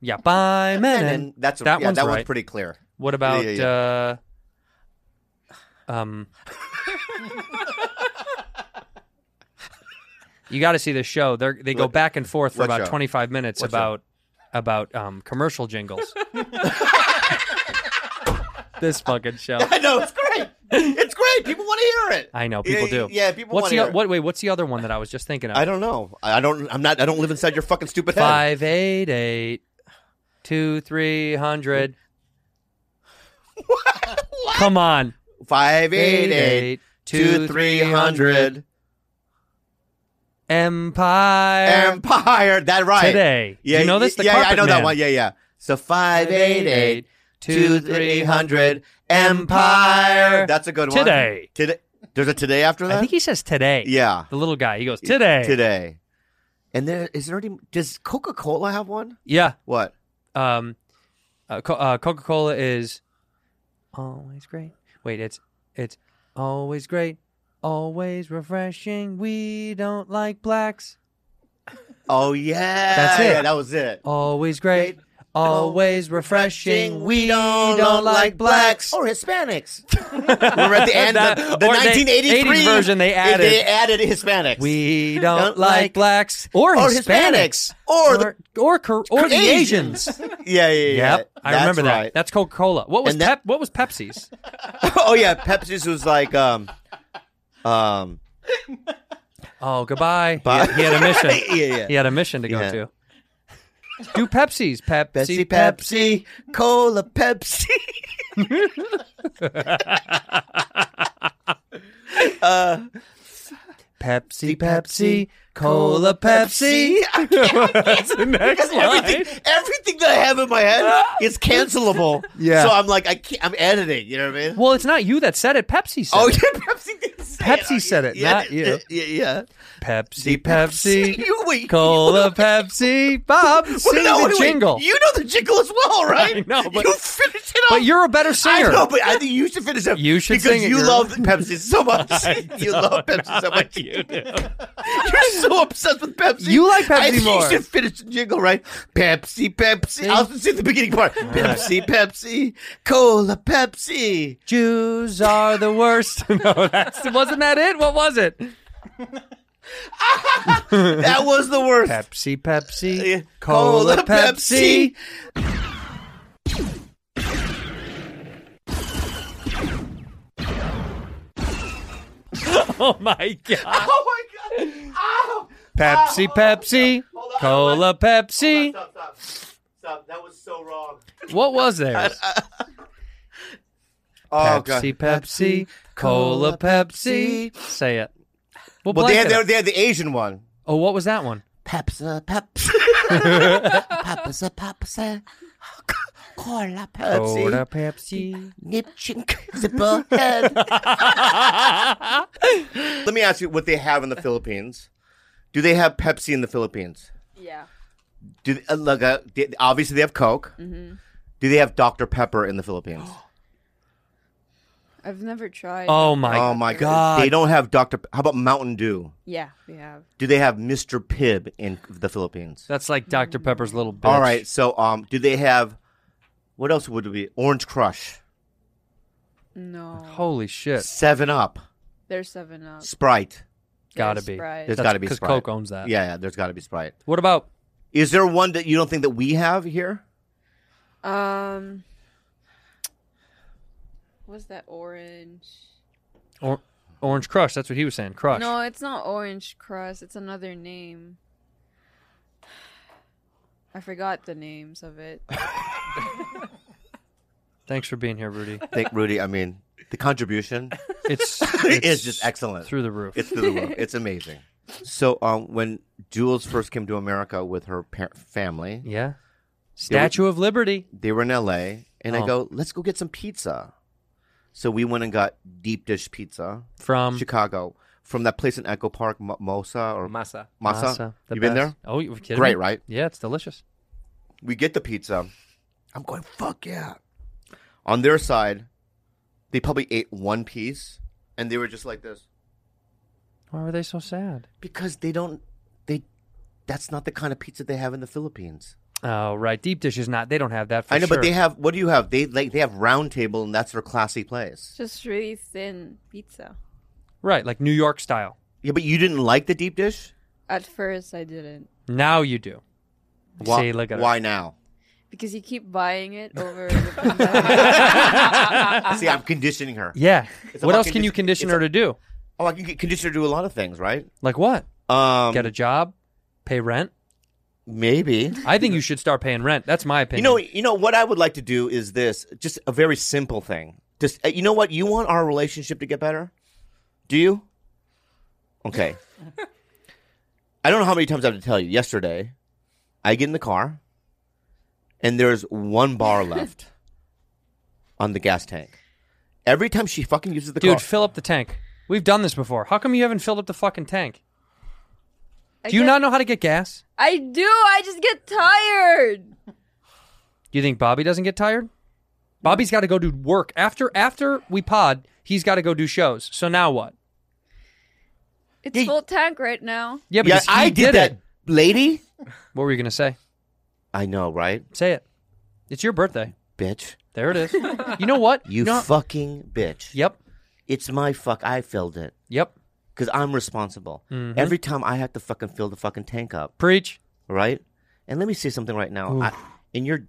E: Yeah, by Menon.
C: Menon. That's
E: that
C: yeah,
E: one's
C: that
E: right.
C: one's pretty clear.
E: What about
C: Yeah,
E: uh um You got to see the show. They they go
C: What-
E: back and forth for
C: what
E: about
C: show?
E: 25 minutes
C: What show?
E: about about um commercial jingles. this fucking show.
C: I know it's great. It's great. People want to hear it.
E: I know people
C: Yeah,
E: do.
C: yeah, people
E: What's
C: wanna
E: the
C: hear
E: o-
C: it.
E: what wait, what's the other one that I was just thinking of?
C: I don't know. I I don't. I'm not. I don't live inside your fucking stupid head.
E: Five eight eight two three hundred. Come on.
C: Five eight eight two three hundred.
E: Empire.
C: Empire. That right.
E: Today.
C: Yeah,
E: you know this?
C: y-
E: The
C: yeah, I
E: Carpet
C: know
E: Man.
C: that one. Yeah, yeah. So five eight eight two three hundred Empire. That's a good one.
E: Today.
C: Today. There's a today after that.
E: I think he says today.
C: yeah.
E: The little guy. He goes, today.
C: Today. And there is there any? Does Coca Cola have one?
E: Yeah.
C: What?
E: Um, uh, Co- uh, Coca Cola is always great. Wait, it's it's always great, always refreshing. We don't like blacks.
C: Oh yeah.
E: That's it.
C: Yeah, that was it.
E: Always great,
C: Great,
E: always refreshing. We don't, like blacks.
C: or Hispanics. Remember at the end,
E: That-
C: the, the
E: or they-
C: 1983
E: 80s version they
C: They
E: added.
C: added Hispanics.
E: We don't, like, blacks or,
C: or
E: Hispanics.
C: Hispanics or the
E: or or, Cor- or the Asians.
C: yeah, yeah, yeah.
E: Yep, I
C: That's
E: remember that.
C: right.
E: That's Coca Cola. What was
C: And that-
E: Pep- what was Pepsi's?
C: oh yeah, Pepsi's was like um um
E: Oh, goodbye. He had, he had a mission.
C: Yeah, yeah.
E: He had a mission to go
C: Yeah.
E: to. Do Pepsi's Pepsi
C: Pepsi, Pepsi, Cola, Pepsi. uh,
E: Pepsi
C: Pepsi,
E: Cola, Pepsi.
F: That's the next line.
C: Everything, everything that I have in my head is cancelable.
H: Yeah.
C: So I'm like, I can't, I'm editing. You know what I mean?
E: Well, it's not you that said it. Pepsi said
C: Oh
E: it.
C: yeah, Pepsi did say it.
H: Pepsi said it,
C: yeah,
H: not
C: yeah,
H: you.
C: Yeah, yeah.
E: Pepsi, Pepsi.
C: you wait.
E: Cola, Pepsi. Bob,
C: Well,
E: sing
C: no, wait,
E: the
C: wait.
E: jingle.
C: You know the jingle as well, right?
E: I know, but-
C: you finished it off.
E: But you're a better singer.
C: I know, but I think you should finish up.
E: You should
C: because
E: sing it,
C: you
E: girl.
C: love Pepsi so much. you love Pepsi so much. You are so obsessed with Pepsi.
E: You like Pepsi
C: I think
E: more.
C: You should finish the jingle right. Pepsi, Pepsi. I'll just say the beginning part. Pepsi, Pepsi, Cola, Pepsi.
E: Jews are the worst. no, that's wasn't that it? What was it?
C: That was the worst.
E: Pepsi, Pepsi.
C: Yeah.
E: Uh, Cola, Pepsi. Oh my god.
C: Oh my god. Ow.
E: Pepsi, Pepsi.
C: Hold on,
E: Cola, Pepsi.
C: Stop, stop, stop. Stop. That was so wrong.
E: What was there?
C: Oh god.
E: Pepsi, Pepsi. Cola, Pepsi. Say it. We'll
C: Well, they
E: blank
C: had,
E: it
C: they,
E: out.
C: had- they had the Asian one.
E: Oh, what was that one?
C: Pepsi, Pepsi, Pepsi, Pepsi, Cola,
E: Cola, Pepsi.
C: Nip Chink, Zipper Head. Let me ask you what they have in the Philippines. Do they have Pepsi in the Philippines?
D: Yeah.
C: Do they, uh, look, uh, they, obviously they have Coke. Do they have Dr Pepper in the Philippines?
D: I've never tried.
E: Oh my.
C: oh my God! They don't have Dr. Pe- How about Mountain Dew?
D: Yeah, we have.
C: Do they have Mr. Pibb in the Philippines?
E: That's like Dr. Pepper's little bitch.
C: All right. So, um, do they have what else would it be? Orange Crush,
D: No.
E: Holy shit.
C: Seven Up,
D: There's 7 Up.
C: Sprite.
E: Gotta
D: There's
E: be.
D: Sprite.
C: There's
E: That's
C: got to be
E: Because
C: Sprite.
E: Coke owns that.
C: Yeah, yeah, there's got to be Sprite.
E: What about
C: Is there one that you don't think that we have here?
D: Um. What's that orange?
E: or- Orange Crush? That's what he was saying. Crush.
D: No, it's not orange crust. It's another name. I forgot the names of it.
E: Thanks for being here, Rudy.
C: Think, Rudy. I mean, the contribution
E: It's
C: is just excellent.
E: through the roof.
C: It's through the roof. It's amazing. So, um, when Jules first came to America with her par- family,
E: yeah. Statue of Liberty.
C: they were in LA, and
E: Oh.
C: I go, let's go get some pizza. So we went and got deep dish pizza,
E: From
C: Chicago, from that place in Echo Park, M- Mosa or
F: Masa.
C: Masa.
E: the
C: you been there?
E: best. Oh, you were kidding?
C: Great,
E: me?
C: right?
E: Yeah, it's delicious.
C: We get the pizza. I'm going, fuck yeah. On their side, they probably ate one piece, and they were just like this
E: Why were they so sad?
C: because they don't. They, that's not the kind of pizza they have in the Philippines.
E: Oh, right. Deep dish is not. They don't have that. For
C: I know,
E: sure.
C: but they have. What do you have? They like they have round table, and that's their classy place.
D: It's just really thin pizza.
E: right, like New York style.
C: Yeah, but you didn't like the deep dish.
D: At first, I didn't
E: Now you do.
C: Why?
E: See, look at her.
C: why now?
D: because you keep buying it over. the
C: See, I'm conditioning her.
E: Yeah.
C: a
E: What else
C: fucking
E: can you
C: dis-
E: condition
C: it's
E: her
C: a-
E: to do?
C: Oh, I can get- condition her to do a lot of things, right?
E: Like what?
C: Um,
E: Get a job, pay rent.
C: maybe.
E: I think you should start paying rent. That's my
C: You
E: opinion.
C: know, you know what I would like to do is this: just a very simple thing. Just uh, you know what you want our relationship to get better. Do you? Okay. I don't know how many times I have to tell you. Yesterday, I get in the car, and there's one bar left on the gas tank. Every time she fucking uses the
E: dude,
C: car,
E: fill up the tank. We've done this before. How come you haven't filled up the fucking tank?
D: I
E: Do you
D: get-
E: not know how to get gas?
D: I do. I just get tired.
E: Do you think Bobby doesn't get tired? Bobby's got to go do work after after we pod. He's got to go do shows. So now what?
D: It's
C: Yeah.
D: full tank right now.
E: Yeah,
C: yeah,
E: because he
C: I did, that,
E: It.
C: lady.
E: What were you gonna say?
C: I know, right,
E: Say it. It's your birthday.
C: bitch?
E: There it is. you know what?
C: You
E: know-
C: fucking bitch.
E: Yep.
C: It's my fuck. I filled it.
E: Yep.
C: because I'm responsible.
E: Mm-hmm.
C: Every time I have to fucking fill the fucking tank up,
E: Preach.
C: right? And let me say something right now. I, in your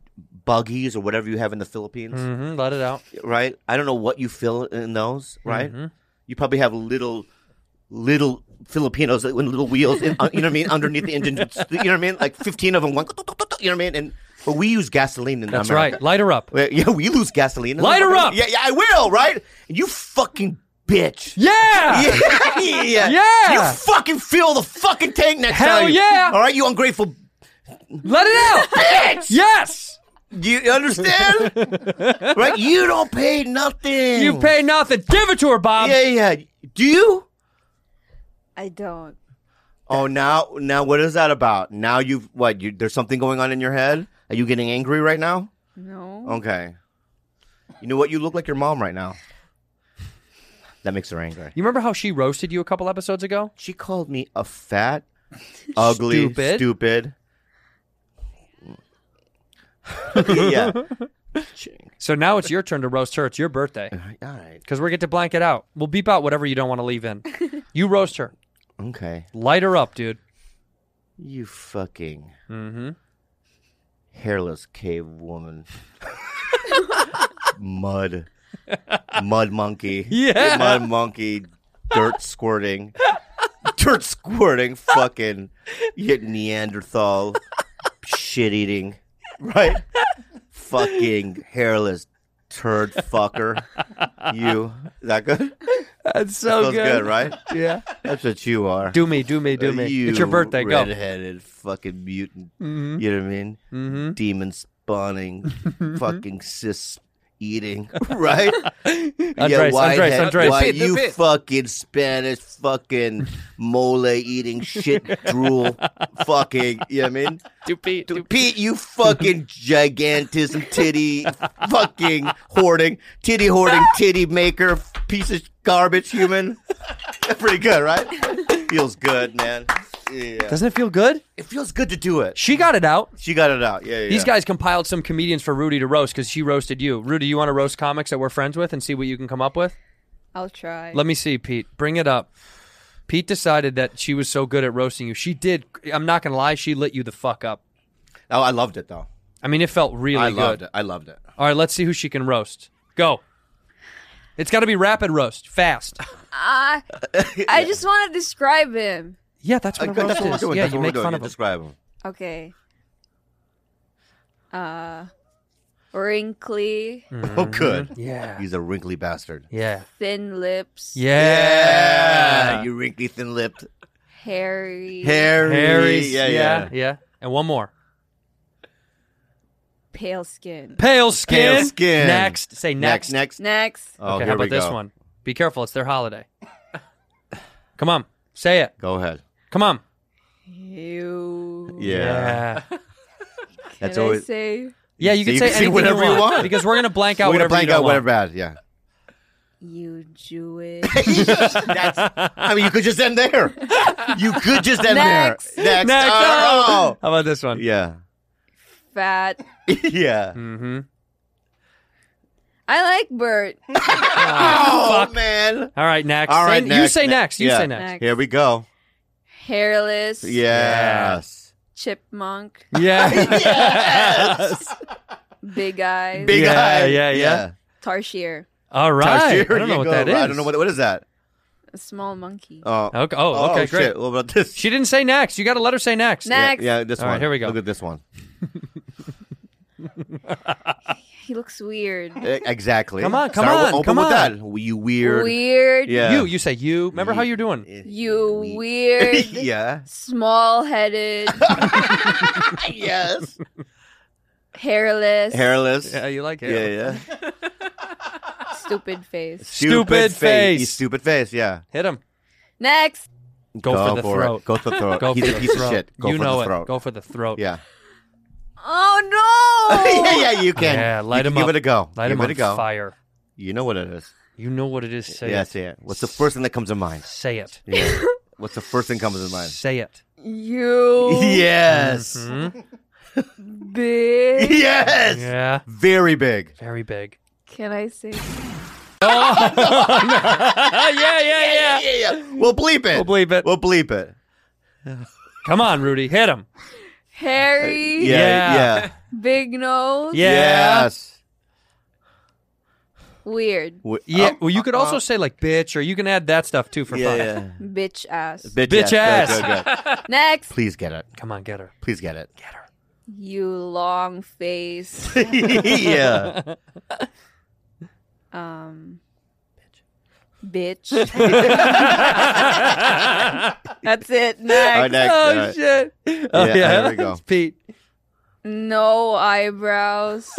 C: buggies or whatever you have in the Philippines,
E: hmm Let it out.
C: right? I don't know what you fill in those, right?
E: Mm-hmm.
C: You probably have little, little Filipinos with little wheels, in, uh, you know what I mean, underneath the engine. You know what I mean? Like 15 of them, one, you know what I mean? And but we use gasoline in
E: That's
C: America.
E: right. Light her up.
C: Well, Yeah, we lose gasoline.
E: Light her up!
C: Yeah, yeah, I will, right? You fucking bitch.
E: Yeah.
C: Yeah. yeah.
E: Yeah.
C: You fucking fill the fucking tank next
E: Hell
C: time.
E: yeah.
C: All right, you ungrateful
E: Let it out. yes.
C: You understand? right? You don't pay nothing.
E: You pay um, nothing. Give it to her, Bob.
C: Yeah, yeah. Do you?
D: I don't.
C: Oh, now, now, what is that about? Now you've what? You, there's something going on in your head. Are you getting angry right now?
E: Oh.
D: No.
C: Okay. You know what? You look like your mom right now. That makes her angry.
E: You remember how she roasted you a couple episodes ago?
C: She called me a fat, ugly,
E: Stupid.
C: stupid. yeah.
E: So now it's your turn to roast her. It's your birthday
C: All right.
E: because we get to blank it out. We'll beep out whatever you don't want to leave in. You roast her.
C: Okay.
E: Light her up, dude.
C: You fucking
E: Mm-hmm.
C: hairless cave woman. mud. Mud monkey.
E: Yeah.
C: Mud monkey. Dirt squirting. Dirt squirting fucking you Neanderthal shit eating. Right? fucking hairless turd fucker. You. Is that good?
E: That's so
C: Feels good, right?
E: Yeah.
C: That's what you are.
E: Do me, do me, do me.
C: You
E: it's your birthday. Go.
C: Redheaded fucking mutant.
E: Mm-hmm.
C: You know what I mean?
E: Mm-hmm.
C: demon spawning, fucking cis eating, right?
E: Andres, Andres,
C: head-
E: Andres.
C: why
F: The bit, the
C: you
F: bit.
C: fucking Spanish fucking mole eating shit drool fucking, you know what I mean?
E: Do Pete.
C: To Pete, you fucking gigantism titty fucking hoarding, titty hoarding, titty maker, piece of garbage human. That's pretty good, right? Feels good, man. Yeah.
E: Doesn't it feel good?
C: It feels good to do it.
E: She got it out.
C: She got it out. Yeah, yeah.
E: These
C: yeah.
E: guys compiled some comedians for Rudy to roast because she roasted you. Rudy, you want to roast comics that we're friends with and see what you can come up with?
D: I'll try.
E: Let me see, Pete. Bring it up. Pete decided that she was so good at roasting you. She did. I'm not gonna lie. She lit you the fuck up.
C: Oh, I loved it though.
E: I mean, it felt really
C: I
E: good.
C: loved it. I loved it.
E: All right, let's see who she can roast. Go. It's got to be rapid roast, fast.
D: I, Ah! I just want to describe him.
E: Yeah, that's
C: Uh,
E: what a roast is. Yeah, you make fun of him.
C: Describe him.
D: Okay. Uh, wrinkly,
E: Mm-hmm.
C: Oh, good.
E: Yeah.
C: He's a wrinkly bastard.
E: Yeah.
D: thin lips,
E: Yeah.
C: you wrinkly, thin-lipped,
D: hairy,
C: hairy.
E: Harry's.
C: Yeah, yeah.
E: yeah. And one more.
D: pale skin.
E: Pale skin.
C: Pale skin.
E: Next. Say next.
C: Next, next.
D: Next,
C: Oh, here
E: okay, how
C: we
E: about this
C: go.
E: one? Be careful, it's their holiday. Come on. Say it.
C: Go ahead.
E: Come on.
D: you.
C: Yeah.
E: Yeah,
D: Can
C: That's
D: I
C: always-
D: say
E: Yeah, you can
C: You
E: say
C: can say
E: anything
C: whatever
E: you
C: you
E: want,
C: want.
E: because we're gonna blank out
C: We're gonna
E: whatever
C: blank
E: you don't
C: out whatever
E: want.
C: bad. Yeah.
D: you Jewish?
C: I mean, you could just end there. You could just end
D: Next.
C: there. Next.
E: Next.
C: Oh.
E: How about this one?
C: Yeah.
D: fat.
C: Yeah.
E: Mm-hmm.
D: I like Bert.
C: Oh, man.
E: All right, next.
C: All
E: Say-
C: right,
E: you
C: next,
E: say
C: ne-
E: next. You
C: yeah.
E: say next.
D: Next.
C: Here we go.
D: Hairless.
C: Yes.
D: Chipmunk.
E: Yeah.
D: Big eyes.
C: Big
E: Yeah,
C: eye.
E: yeah, yeah.
D: Tarsier.
E: All right. I
C: Tashier,
E: don't know
C: you
E: what
C: go.
E: that is.
C: I don't know what what is that.
D: A small monkey.
C: Oh.
E: Okay. Oh, okay, great.
C: Shit. What about this?
E: She didn't say next. You got to let her say next.
D: Next.
C: Yeah, yeah this
E: All
C: one.
E: right, here we go.
C: Look at this one.
D: He looks weird.
C: E- Exactly.
E: Come on, come
C: Start with-
E: on,
C: Open
E: come
C: with
E: on.
C: that. W- You weird.
D: Weird.
C: Yeah.
E: You. You say you. Remember how you're doing?
D: You weird.
C: yeah.
D: Small headed.
C: Yes.
D: hairless.
C: Hairless.
E: Yeah, you like it.
C: Yeah, yeah.
D: Stupid face.
E: Stupid face.
C: You Stupid face. Yeah.
E: Hit him.
D: Next.
E: Go, for the throat.
C: It. Go for the throat.
E: Go
C: He's
E: for
C: a
E: the
C: piece
E: throat.
C: of shit. Go
E: you
C: for
E: know
C: the
E: it.
C: throat.
E: Go for the throat.
C: Yeah.
D: Oh no.
C: yeah, yeah. You can.
E: Yeah, light
C: you
E: him
C: can
E: up.
C: Give it a go.
E: Light
C: give
E: him
C: it
E: on
C: a go.
E: fire.
C: You know what it is.
E: You know what it is. Say
C: yeah,
E: it.
C: say it. What's the first thing that comes to mind?
E: Say it.
C: Yeah. What's the first thing comes to mind?
E: Say it.
D: You
C: Yes.
E: Mm-hmm.
D: big.
C: Yes.
E: Yeah.
C: Very big.
E: Very big.
D: Can I say
E: Oh, yeah, yeah, yeah.
C: Yeah, yeah. We'll bleep it.
E: We'll bleep it.
C: We'll bleep it.
E: Come on, Rudy. Hit him.
D: hairy?
E: Yeah.
C: Uh, Yeah. Yeah.
D: Big nose.
E: Yeah.
C: Yes.
D: Weird.
C: We-
E: Yeah.
C: oh,
E: well, you could also
C: uh,
E: say like bitch, or you can add that stuff too for
C: yeah,
E: fun.
C: yeah.
D: Bitch ass.
C: Bitch,
E: Bitch ass.
C: Good, good, good.
D: Next.
C: Please get it.
E: Come on, get her.
C: Please get it.
D: You long face.
C: yeah.
D: Um. bitch. That's it. Next.
C: right, next.
E: Oh
C: All right.
E: shit! Oh,
C: Yeah,
E: yeah,
C: there we go.
E: It's Pete.
D: No eyebrows.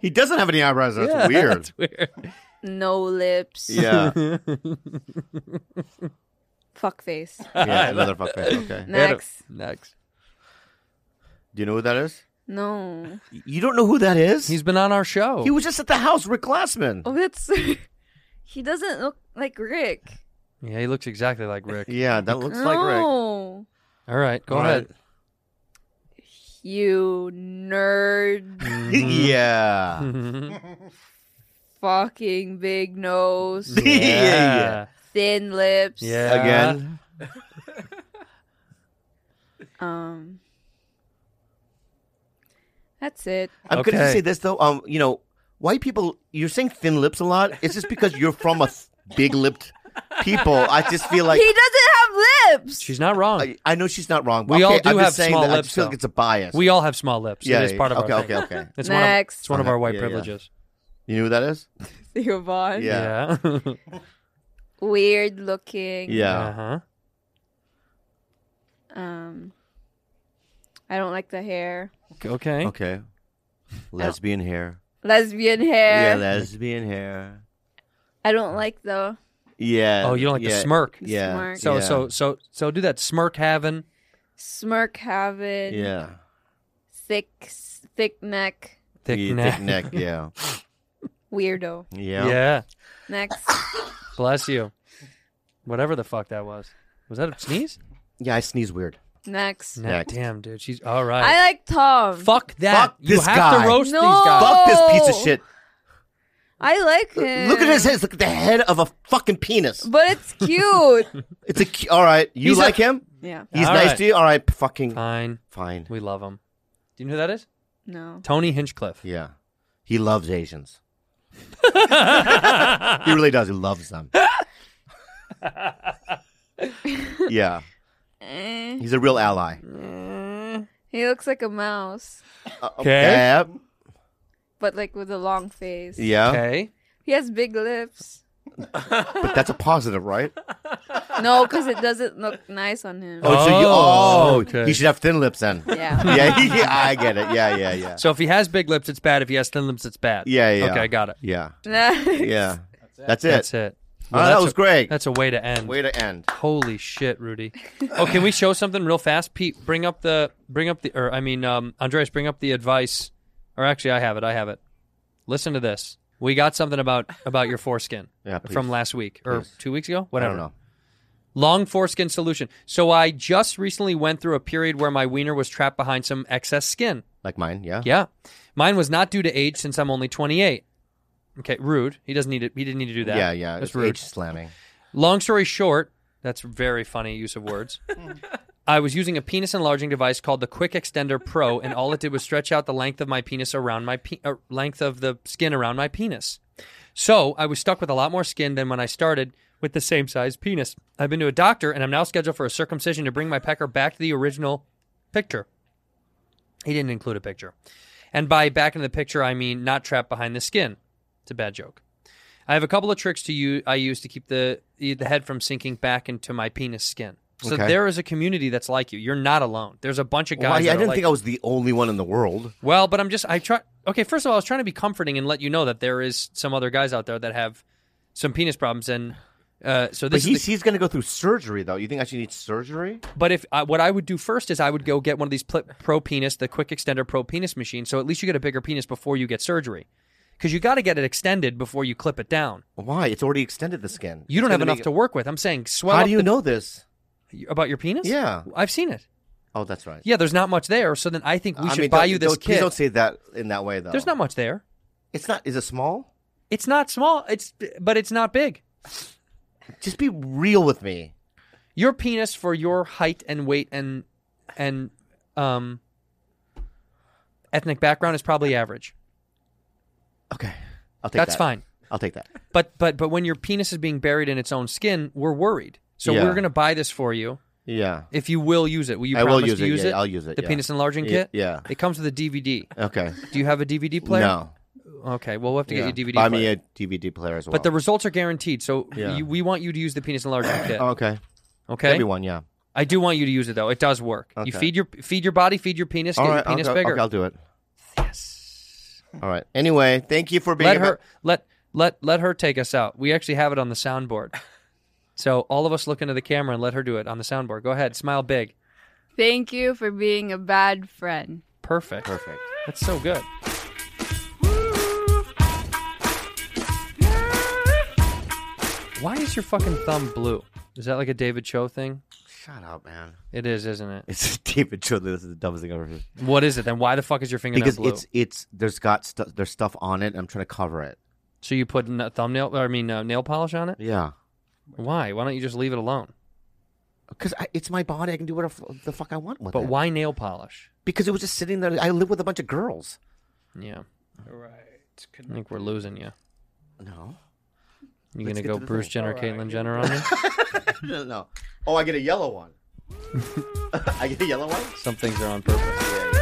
C: He doesn't have any eyebrows. That's weird.
E: That's weird.
D: no lips.
C: Yeah.
D: Fuck face.
C: Yeah. Another fucking. Okay.
D: Next.
E: Next.
C: Do you know who that is?
D: No.
C: You don't know who that is?
E: He's been on our show.
C: he was just at the house. Rick Glassman.
D: Oh, that's. he doesn't look like Rick.
E: yeah, he looks exactly like Rick.
C: Yeah, that looks
D: no.
C: like Rick.
E: All right, Oh. go
C: All right.
E: ahead.
D: You nerd.
C: yeah.
D: fucking big nose.
C: Yeah, yeah.
D: Thin lips.
E: Yeah.
C: Again.
D: Um. That's it.
C: I'm going
E: Okay.
C: to say this though. Um, you know, white people. You're saying thin lips a lot. It's just because you're from a th- big-lipped people. I just feel like.
D: he doesn't have lips.
E: She's not wrong.
C: I, I know she's not wrong. but
E: We all
C: okay,
E: do
C: I'm
E: have
C: just saying
E: small
C: that I
E: lips,
C: just feel
E: though.
C: like it's a bias.
E: we all have small lips.
C: yeah,
E: it is part of
C: okay,
E: our
C: okay,
E: thing.
C: okay.
E: It's One of,
D: Next.
E: it's one of our white
C: Yeah, yeah.
E: privileges.
C: You know who that is?
D: Theobon.
C: Yeah.
E: yeah.
D: Weird looking.
C: Yeah.
E: Uh-huh.
D: Um. I don't like the hair.
E: Okay.
C: Okay. Lesbian hair.
D: Lesbian
C: Yeah,
D: hair.
C: lesbian hair.
D: I don't like the.
C: Yeah.
E: Oh, you don't like
C: yeah,
E: the smirk.
C: Yeah.
D: Smirk.
E: So
C: yeah,
E: so so so do that smirk having.
D: Smirk having
C: Yeah.
D: thick s- thick neck
E: Thick
C: yeah,
E: neck.
C: Thick neck. Yeah.
D: weirdo.
C: Yeah.
E: Yeah.
D: Next,
E: Bless you. Whatever the fuck that was. Was that a sneeze?
C: Yeah, I sneeze weird.
D: next.
E: Nah,
C: Next.
E: Damn, dude. She's all
D: I
E: right.
D: like Tom.
E: fuck that.
C: Fuck
E: you
C: this
E: have
C: guy.
E: to roast
D: No.
E: these guys.
C: Fuck this piece
D: Oh.
C: of shit.
D: I like him.
C: Look at his head. Look at the head of a fucking penis.
D: But it's cute.
C: It's a. cu- All right. You
E: He's a-
C: like him?
D: yeah.
C: He's
E: All
C: nice
E: right.
C: to you? All right. p- Fucking
E: Fine.
C: fine.
E: We love him. Do you know who that is?
D: No.
E: Tony Hinchcliffe.
C: Yeah. He loves Asians. he really does. He loves them. yeah.
D: Eh.
C: He's a real ally.
D: He looks like a mouse,
C: Uh,
E: Okay.
D: but like with a long face.
C: Yeah.
E: Okay.
D: He has big lips.
C: But that's a positive, right?
D: No, because it doesn't look nice on him.
C: Oh, so you,
E: Oh,
C: oh
E: okay.
C: he should have thin lips then.
D: Yeah.
C: yeah, yeah, I get it. Yeah, yeah, yeah.
E: So if he has big lips, it's bad. If he has thin lips, it's bad.
C: Yeah, yeah.
E: Okay, I got it.
C: Yeah.
D: Next.
C: Yeah. That's it.
E: That's it.
C: Oh, that was
E: a,
C: great.
E: That's a way to end.
C: Way to end.
E: Holy shit, Rudy. Oh, can we show something real fast? Pete, bring up the bring up the or I mean um Andreas, bring up the advice. Or actually I have it, I have it. Listen to this. We got something about about your foreskin
C: Yeah, please.
E: from last week or
C: Please.
E: 2 weeks ago,
C: I
E: whatever.
C: don't know.
E: Long foreskin solution. So I just recently went through a period where my wiener was trapped behind some excess skin.
C: Like mine, yeah.
E: Yeah. Mine was not due to age since I'm only 28. Okay, rude. He doesn't need to, he didn't need to do that.
C: Yeah, yeah.
E: That's
C: it's
E: rude.
C: age slamming.
E: Long story short, that's very funny use of words. I was using a penis enlarging device called the Quick Extender Pro, and all it did was stretch out the length of my penis around my pe- uh, length of the skin around my penis. So I was stuck with a lot more skin than when I started with the same size penis. I've been to a doctor, and I'm now scheduled for a circumcision to bring my pecker back to the original picture. He didn't include a picture, and by back in the picture, I mean not trapped behind the skin. It's a bad joke. I have a couple of tricks to you I use to keep the the head from sinking back into my penis skin. So
C: Okay.
E: there is a community that's like you. You're not alone. There's a bunch of guys.
C: Well, I, I
E: that are
C: didn't
E: like-
C: think I was the only one in the world.
E: Well, but I'm just I try. Okay, first of all, I was trying to be comforting and let you know that there is some other guys out there that have some penis problems, and uh, so
C: But
E: this. is the-
C: he's, he's going to go through surgery, though. You think I should need surgery?
E: but if I, what I would do first is I would go get one of these pl- pro penis, the quick extender pro penis machine. So at least you get a bigger penis before you get surgery, because you got to get it extended before you clip it down.
C: Why? It's already extended the skin.
E: You
C: It's
E: don't have
C: gonna
E: enough
C: make-
E: to work with. I'm saying swell.
C: How
E: up
C: do you
E: the-
C: know this?
E: about your penis?
C: Yeah.
E: I've seen it.
C: Oh, that's right.
E: Yeah, there's not much there. So then I think we
C: I
E: should
C: mean,
E: buy
C: don't-
E: you this
C: don't- Please
E: kit.
C: don't say that in that way, though.
E: There's not much there.
C: It's not. Is it small?
E: It's not small. It's but it's not big.
C: Just be real with me.
E: Your penis for your height and weight and and um ethnic background is probably average.
C: Okay. I'll take
E: That's
C: that.
E: fine.
C: I'll take that.
E: But but but when your penis is being buried in its own skin, we're worried. So
C: Yeah.
E: we're gonna buy this for you
C: Yeah.
E: if you will use it. Will you
C: I will
E: promise
C: use
E: to
C: it.
E: use
C: Yeah,
E: it?
C: I'll use it,
E: The
C: yeah.
E: penis enlarging
C: Yeah,
E: kit.
C: yeah.
E: It comes with a DVD.
C: Okay.
E: Do you have a DVD player?
C: No.
E: Okay, well, we'll have to
C: Yeah.
E: get you DVD.
C: Buy
E: player.
C: me a DVD player as well.
E: But the results are guaranteed, so
C: Yeah.
E: you, we want you to use the penis enlargement kit.
C: oh, okay.
E: Okay,
C: Give me one, yeah.
E: I do want you to use it though. It does work. You
C: Okay.
E: feed your feed your body, feed your penis, get
C: All
E: your
C: right, I'll
E: penis
C: go-
E: bigger.
C: Okay, I'll do it. Yes. All right. Anyway, thank you for being
E: let
C: a-
E: her let let let her take us out. We actually have it on the soundboard. So all of us look into the camera and let her do it on the soundboard. Go ahead, smile big.
D: Thank you for being a bad friend.
E: Perfect.
C: Perfect.
E: That's so good. Why is your fucking thumb blue? Is that like a David Cho thing?
C: Shut up, man.
E: It is, isn't it?
C: It's David Cho. This is the dumbest thing I've ever heard.
E: What is it then? Why the fuck is your fingernail
C: Because
E: blue?
C: it's it's there's got stu- there's stuff on it. And I'm trying to cover it.
E: So you put n- thumbnail, or I mean uh, nail polish on it?
C: Yeah.
E: Why? Why don't you just leave it alone?
C: Because it's my body. I can do whatever the fuck I want with
E: But
C: it.
E: why nail polish?
C: Because it was just sitting there. I live with a bunch of girls.
E: Yeah. Right. I think we're losing you.
C: No.
E: You
C: Let's
E: gonna
C: get
E: go
C: to the
E: Bruce
C: thing.
E: Jenner, Caitlyn Jenner on me?
C: no, no. Oh, I get a yellow one. I get a yellow one.
E: Some things are on purpose.
C: Yeah, yeah.